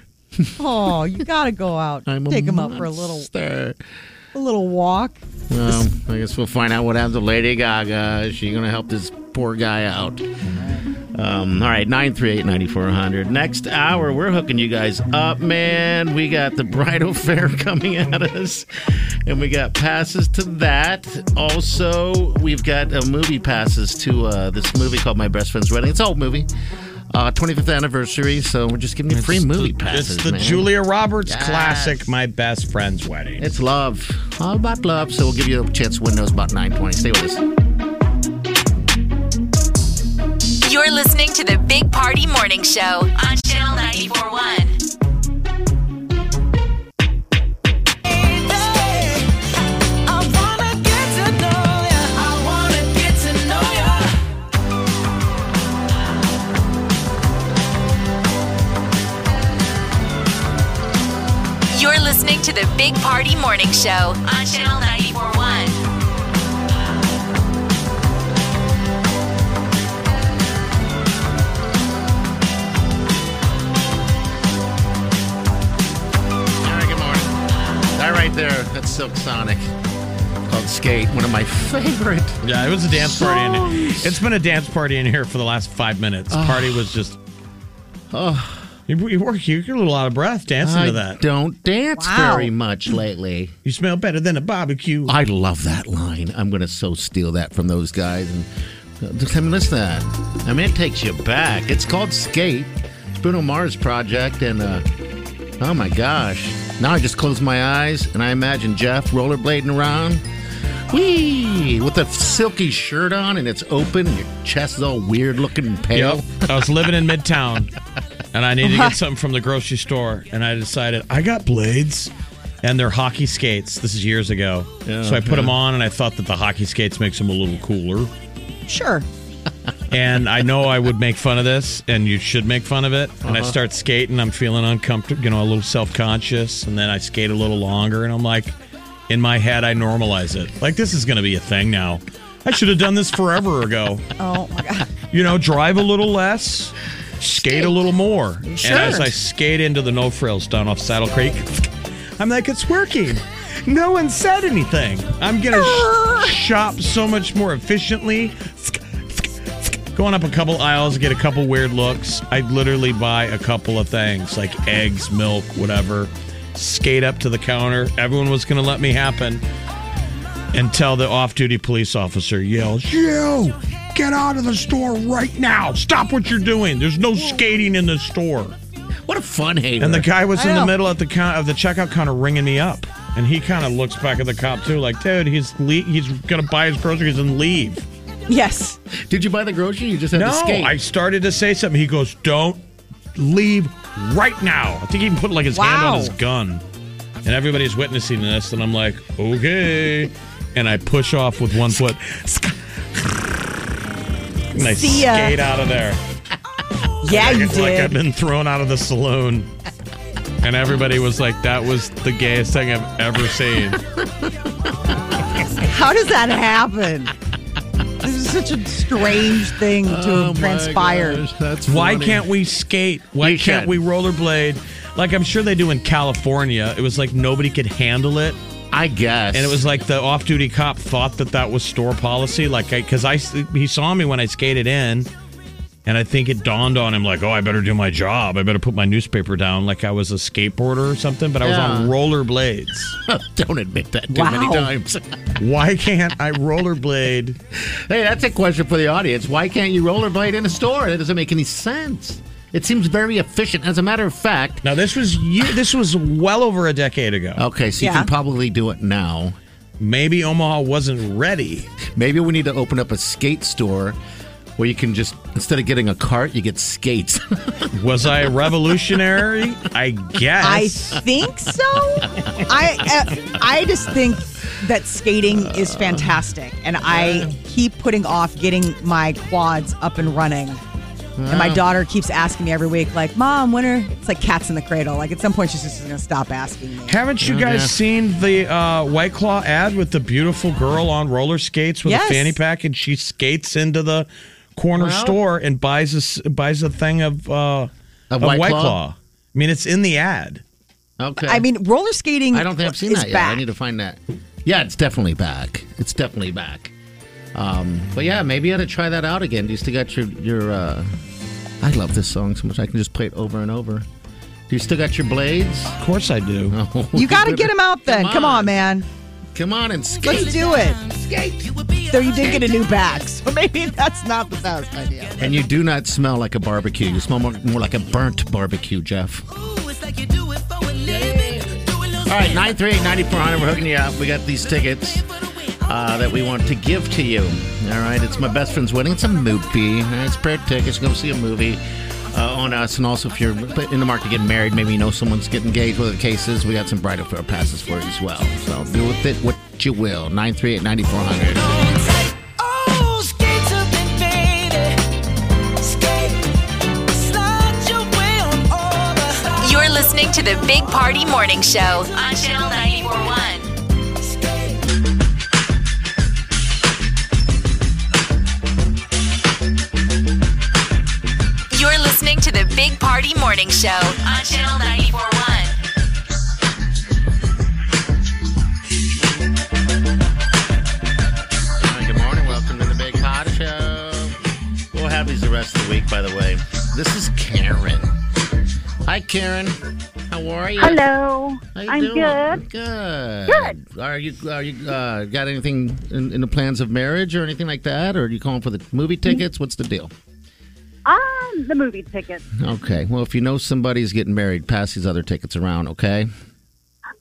Oh, you got to go out. I'm a Take them monster. up for a little Star. a little walk. Well, I guess we'll find out what happens to Lady Gaga. Is she going to help this poor guy out? Um, all right, 938 9400. Next hour, we're hooking you guys up, man. We got the bridal fair coming at us, and we got passes to that. Also, we've got uh, movie passes to uh, this movie called My Best Friend's Wedding. It's an old movie, uh, 25th anniversary, so we're just giving you free movie passes. It's the man. Julia Roberts Yes. classic, My Best Friend's Wedding. It's love. All about love. So we'll give you a chance to win those about 920. Stay with us. You're listening to the Big Party Morning Show on Channel 941. You're listening to the Big Party Morning Show on Channel 941. All right, good morning. That right there, that's Silk Sonic. Called Skate, one of my favorite. Yeah, it was a dance party. In, it's been a dance party in here for the last five minutes. Party was just. You, you work. You're a little out of breath dancing I to that. don't dance Wow. very much lately. You smell better than a barbecue. I love that line. I'm going to so steal that from those guys. And just, I mean, listen to that. I mean, it takes you back. It's called Skate, Bruno Mars project, and uh, oh my gosh! Now I just close my eyes and I imagine Jeff rollerblading around, wee, with a silky shirt on, and it's open, and your chest is all weird looking and pale. I was living in Midtown, and I needed to get something from the grocery store, and I decided I got blades, and they're hockey skates. This is years ago, so I put them on, and I thought that the hockey skates makes them a little cooler. Sure. and I know I would make fun of this, and you should make fun of it. And I start skating, I'm feeling uncomfortable, you know, a little self conscious, and then I skate a little longer, and I'm like, in my head, I normalize it. Like this is going to be a thing now. I should have done this forever ago. Oh my god. You know, drive a little less, skate a little more, Sure. and as I skate into the no frills down off Saddle Creek, I'm like, it's working. No one said anything. I'm gonna sh- shop so much more efficiently. Going up a couple aisles, get a couple weird looks. I would literally buy a couple of things like eggs, milk, whatever, skate up to the counter. Everyone was going to let me happen until the off duty police officer yells, You get out of the store right now. Stop what you're doing. There's no skating in the store. What a fun hater. And the guy was I in the know. middle at the count of the checkout counter ringing me up. And he kind of looks back at the cop too, like, dude, he's le- he's gonna buy his groceries and leave. Yes. Did you buy the grocery? You just had No, to skate. I started to say something. He goes, "Don't leave right now." I think he even put like his hand on Wow. his gun, and everybody's witnessing this. And I'm like, "Okay," and I push off with one foot, and I See ya. skate out of there. Yeah, you It's like I've did. been thrown out of the saloon. And everybody was like, that was the gayest thing I've ever seen. How does that happen? This is such a strange thing to Oh have my transpired. gosh, that's Why funny. can't we skate? Why You can't should. we rollerblade? Like, I'm sure they do in California. It was like nobody could handle it. I guess. And it was like the off duty cop thought that that was store policy. Like, because I, he saw me when I skated in. And I think it dawned on him, like, oh, I better do my job. I better put my newspaper down, like I was a skateboarder or something, but I was Yeah. on rollerblades. don't admit that too many Wow. times. Why can't I rollerblade? Hey, that's a question for the audience. Why can't you rollerblade in a store? That doesn't make any sense. It seems very efficient. As a matter of fact, Now this was ye- this was well over a decade ago. okay, so you Yeah. can probably do it now. Maybe Omaha wasn't ready. Maybe we need to open up a skate store where you can just instead of getting a cart, you get skates. Was I a revolutionary? I I guess. think so. I uh, I just think that skating Uh, is fantastic, and I keep putting off getting my quads up and running. And my daughter keeps asking me every week, like, "Mom, when are?" It's like cats in the cradle. Like at some point, she's just gonna stop asking me. Haven't you guys yeah. seen the uh, White Claw ad with the beautiful girl on roller skates with Yes. a fanny pack, and she skates into the corner store and buys a s- buys a thing of uh, of White White Claw? Claw? I mean, it's in the ad. okay. I mean, roller skating. I don't think I've seen is that yet. I back. need to find that. Yeah, it's definitely back. It's definitely back. Um, but yeah, maybe you ought to try that out again. Do you still got your your? Uh, I love this song so much. I can just play it over and over. Do you still got your blades? Of course, I do. you got to get them out then. Oh. Come Come on. on, man. Come on and skate. Let's do it. Though you did get a new back, so maybe that's not the best idea. And you do not smell like a barbecue. You smell more, more like a burnt barbecue, Jeff. All right, 938 9400. We're hooking you up. We got these tickets uh, that we want to give to you. All right, it's my best friend's wedding. It's a movie. All right, It's prayer tickets. Go see a movie uh, on us. And also, if you're in the market getting married, maybe you know someone's getting engaged, whatever the case is, we got some bridal fair passes for you as well. So do with it what you will. 938 9400. You're listening to the Big Party Morning Show on Channel 941. You're listening to the Big Party Morning Show on Channel 941. Hi, good morning. Welcome to the Big Pot Show. We'll have these the rest of the week, by the way. This is Karen. Hi, Karen. How are you? Hello. How you I'm doing? good. Good. Are you are you uh, got anything in, in the plans of marriage or anything like that? Or are you calling for the movie tickets? What's the deal? I'm the movie ticket. Okay. Well, if you know somebody's getting married, pass these other tickets around. Okay.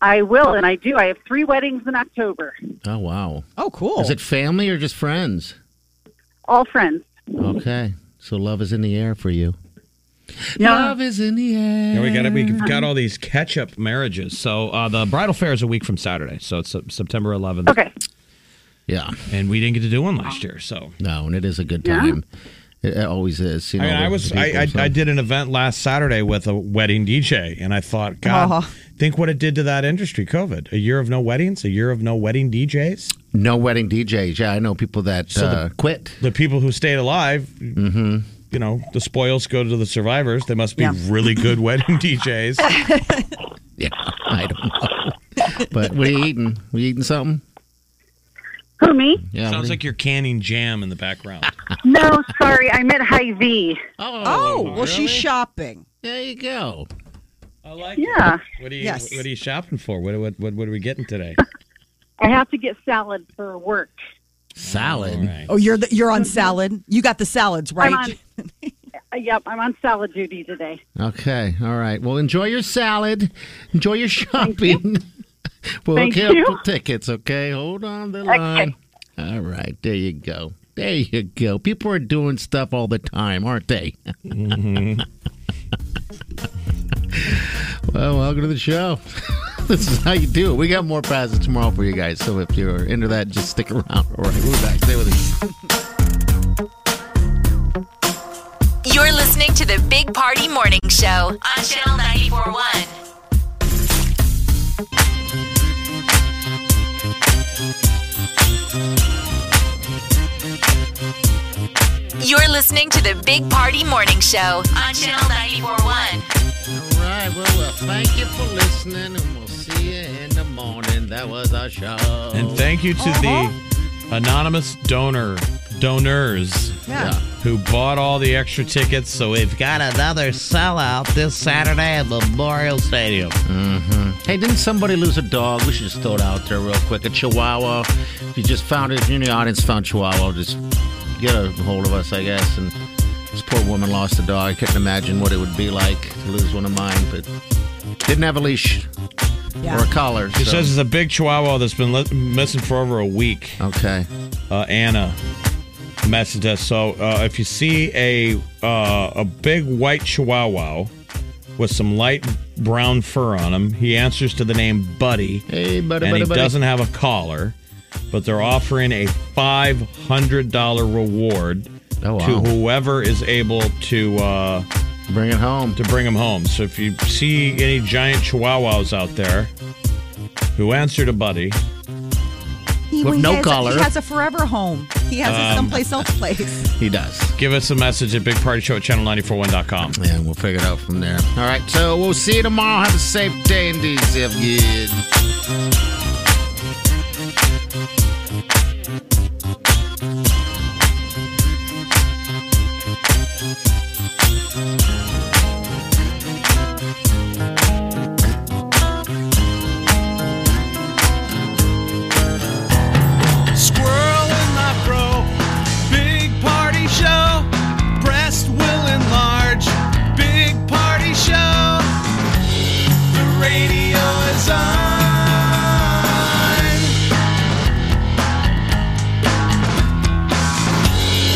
I will, and I do. I have three weddings in October. Oh wow. Oh, cool. Is it family or just friends? All friends. Okay. So love is in the air for you. Yeah. Love is in the air. Yeah, we got we've got all these catch up marriages. So uh, the bridal fair is a week from Saturday, so it's uh, September 11th. Okay. Yeah. and we didn't get to do one last year. So No, and it is a good Yeah. time. It, it always is. You I know, mean, I with was the people, I, I, so. I did an event last Saturday with a wedding DJ, and I thought, God, Aw. Oh. think what it did to that industry. COVID, a year of no weddings, a year of no wedding DJs. no wedding DJs. Yeah, I know people that uh, quit. The people who stayed alive, Mm-hmm. you know, the spoils go to the survivors. They must be Yeah. really good wedding DJs. Yeah, I don't know. but what are you eating? We eating something? Who me? Yeah. Sounds what like you're canning jam in the background. No, sorry. I'm at Hy-Vee. are you- Oh, Oh, well, she's shopping. There you go. I like. Yeah. What are you Yes. What are you shopping for? What what what, what are we getting today? I have to get salad for work. Salad. Oh, you're the, you're on salad. You got the salads right. I'm on, Uh, yep, I'm on salad duty today. Okay. All right. Well, enjoy your salad. Enjoy your shopping. we'll Thank hook you. up the tickets. Okay. Hold on the Okay. line. All right. There you go. There you go. People are doing stuff all the time, aren't they? Mm-hmm. well, welcome to the show. this is how you do it. We got more prizes tomorrow for you guys. So if you're into that, just stick around. All right. We'll be back. Stay with us. You're listening to the Big Party Morning Show on Channel 941. You're listening to the Big Party Morning Show on Channel 941. All right. Well, well, thank you for listening, and we'll see you in the morning. That was our show. And thank you to the anonymous donor donors Yeah. who bought all the extra tickets. So we've got another sellout this Saturday at Memorial Stadium. Hey, didn't somebody lose a dog? We should just throw it out there real quick. A Chihuahua. If you just found it, if you're in the audience, found Chihuahua, just get a hold of us, I guess. And this poor woman lost a dog. I couldn't imagine what it would be like to lose one of mine, but didn't have a leash or a collar. It so- says it's a big Chihuahua that's been li- missing for over a week. Okay. Uh, Anna messaged us. So uh, if you see a uh, a big white Chihuahua with some light brown fur on him, he answers to the name Buddy. Hey, buddy, and buddy, he buddy. doesn't have a collar, but they're offering a five hundred dollar reward Oh, wow. to whoever is able to uh, bring it home. To bring them home. So if you see any giant Chihuahuas out there who answer to Buddy, He, With he no has a- collar. he has a forever home. He has Um, it someplace else place. He does. Give us a message at bigpartyshow at channel941.com. Yeah, we'll figure it out from there. All right, so we'll see you tomorrow. Have a safe day and do yourself good. Squirrel in my bro. Big party show. Breast will enlarge. Big party show. The radio is on.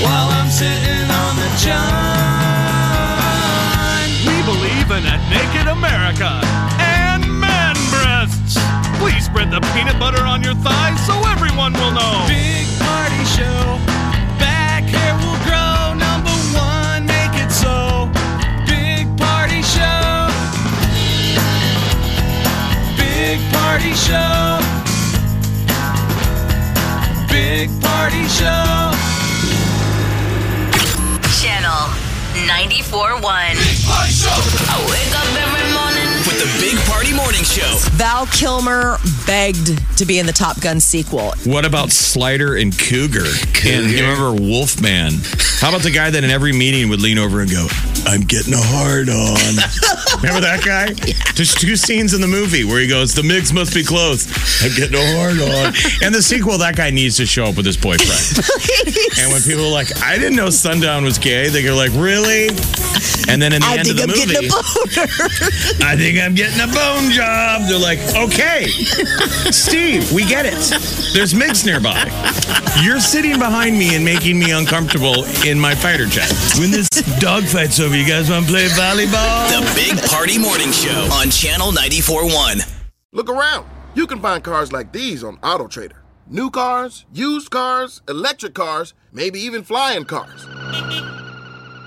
While I'm sitting on the john. We believe in a naked America and man breasts. Please spread the peanut butter on your thighs so everyone will know. Big party show. Back hair will grow. Number one, make it so. Big party show. Big party show. Big party show. Channel 941. I wake up every morning. With the Big Party Morning Show. Val Kilmer begged to be in the Top Gun sequel. What about Slider and Cougar? And you remember Wolfman? How about the guy that in every meeting would lean over and go, I'm getting a hard on. remember that guy? There's two scenes in the movie where he goes, The MIGs must be close. I'm getting a hard on. and the sequel, that guy needs to show up with his boyfriend. and when people are like, I didn't know Sundown was gay, they go like, Really? And then in the I end think of I'm the movie, getting a boner. I think I'm getting a bone job. They're like, okay, Steve, we get it. There's MIGs nearby. You're sitting behind me and making me uncomfortable in my fighter jet. When this dogfight's over, you guys want to play volleyball? The Big Party Morning Show on Channel 941. Look around. You can find cars like these on AutoTrader. New cars, used cars, electric cars, maybe even flying cars.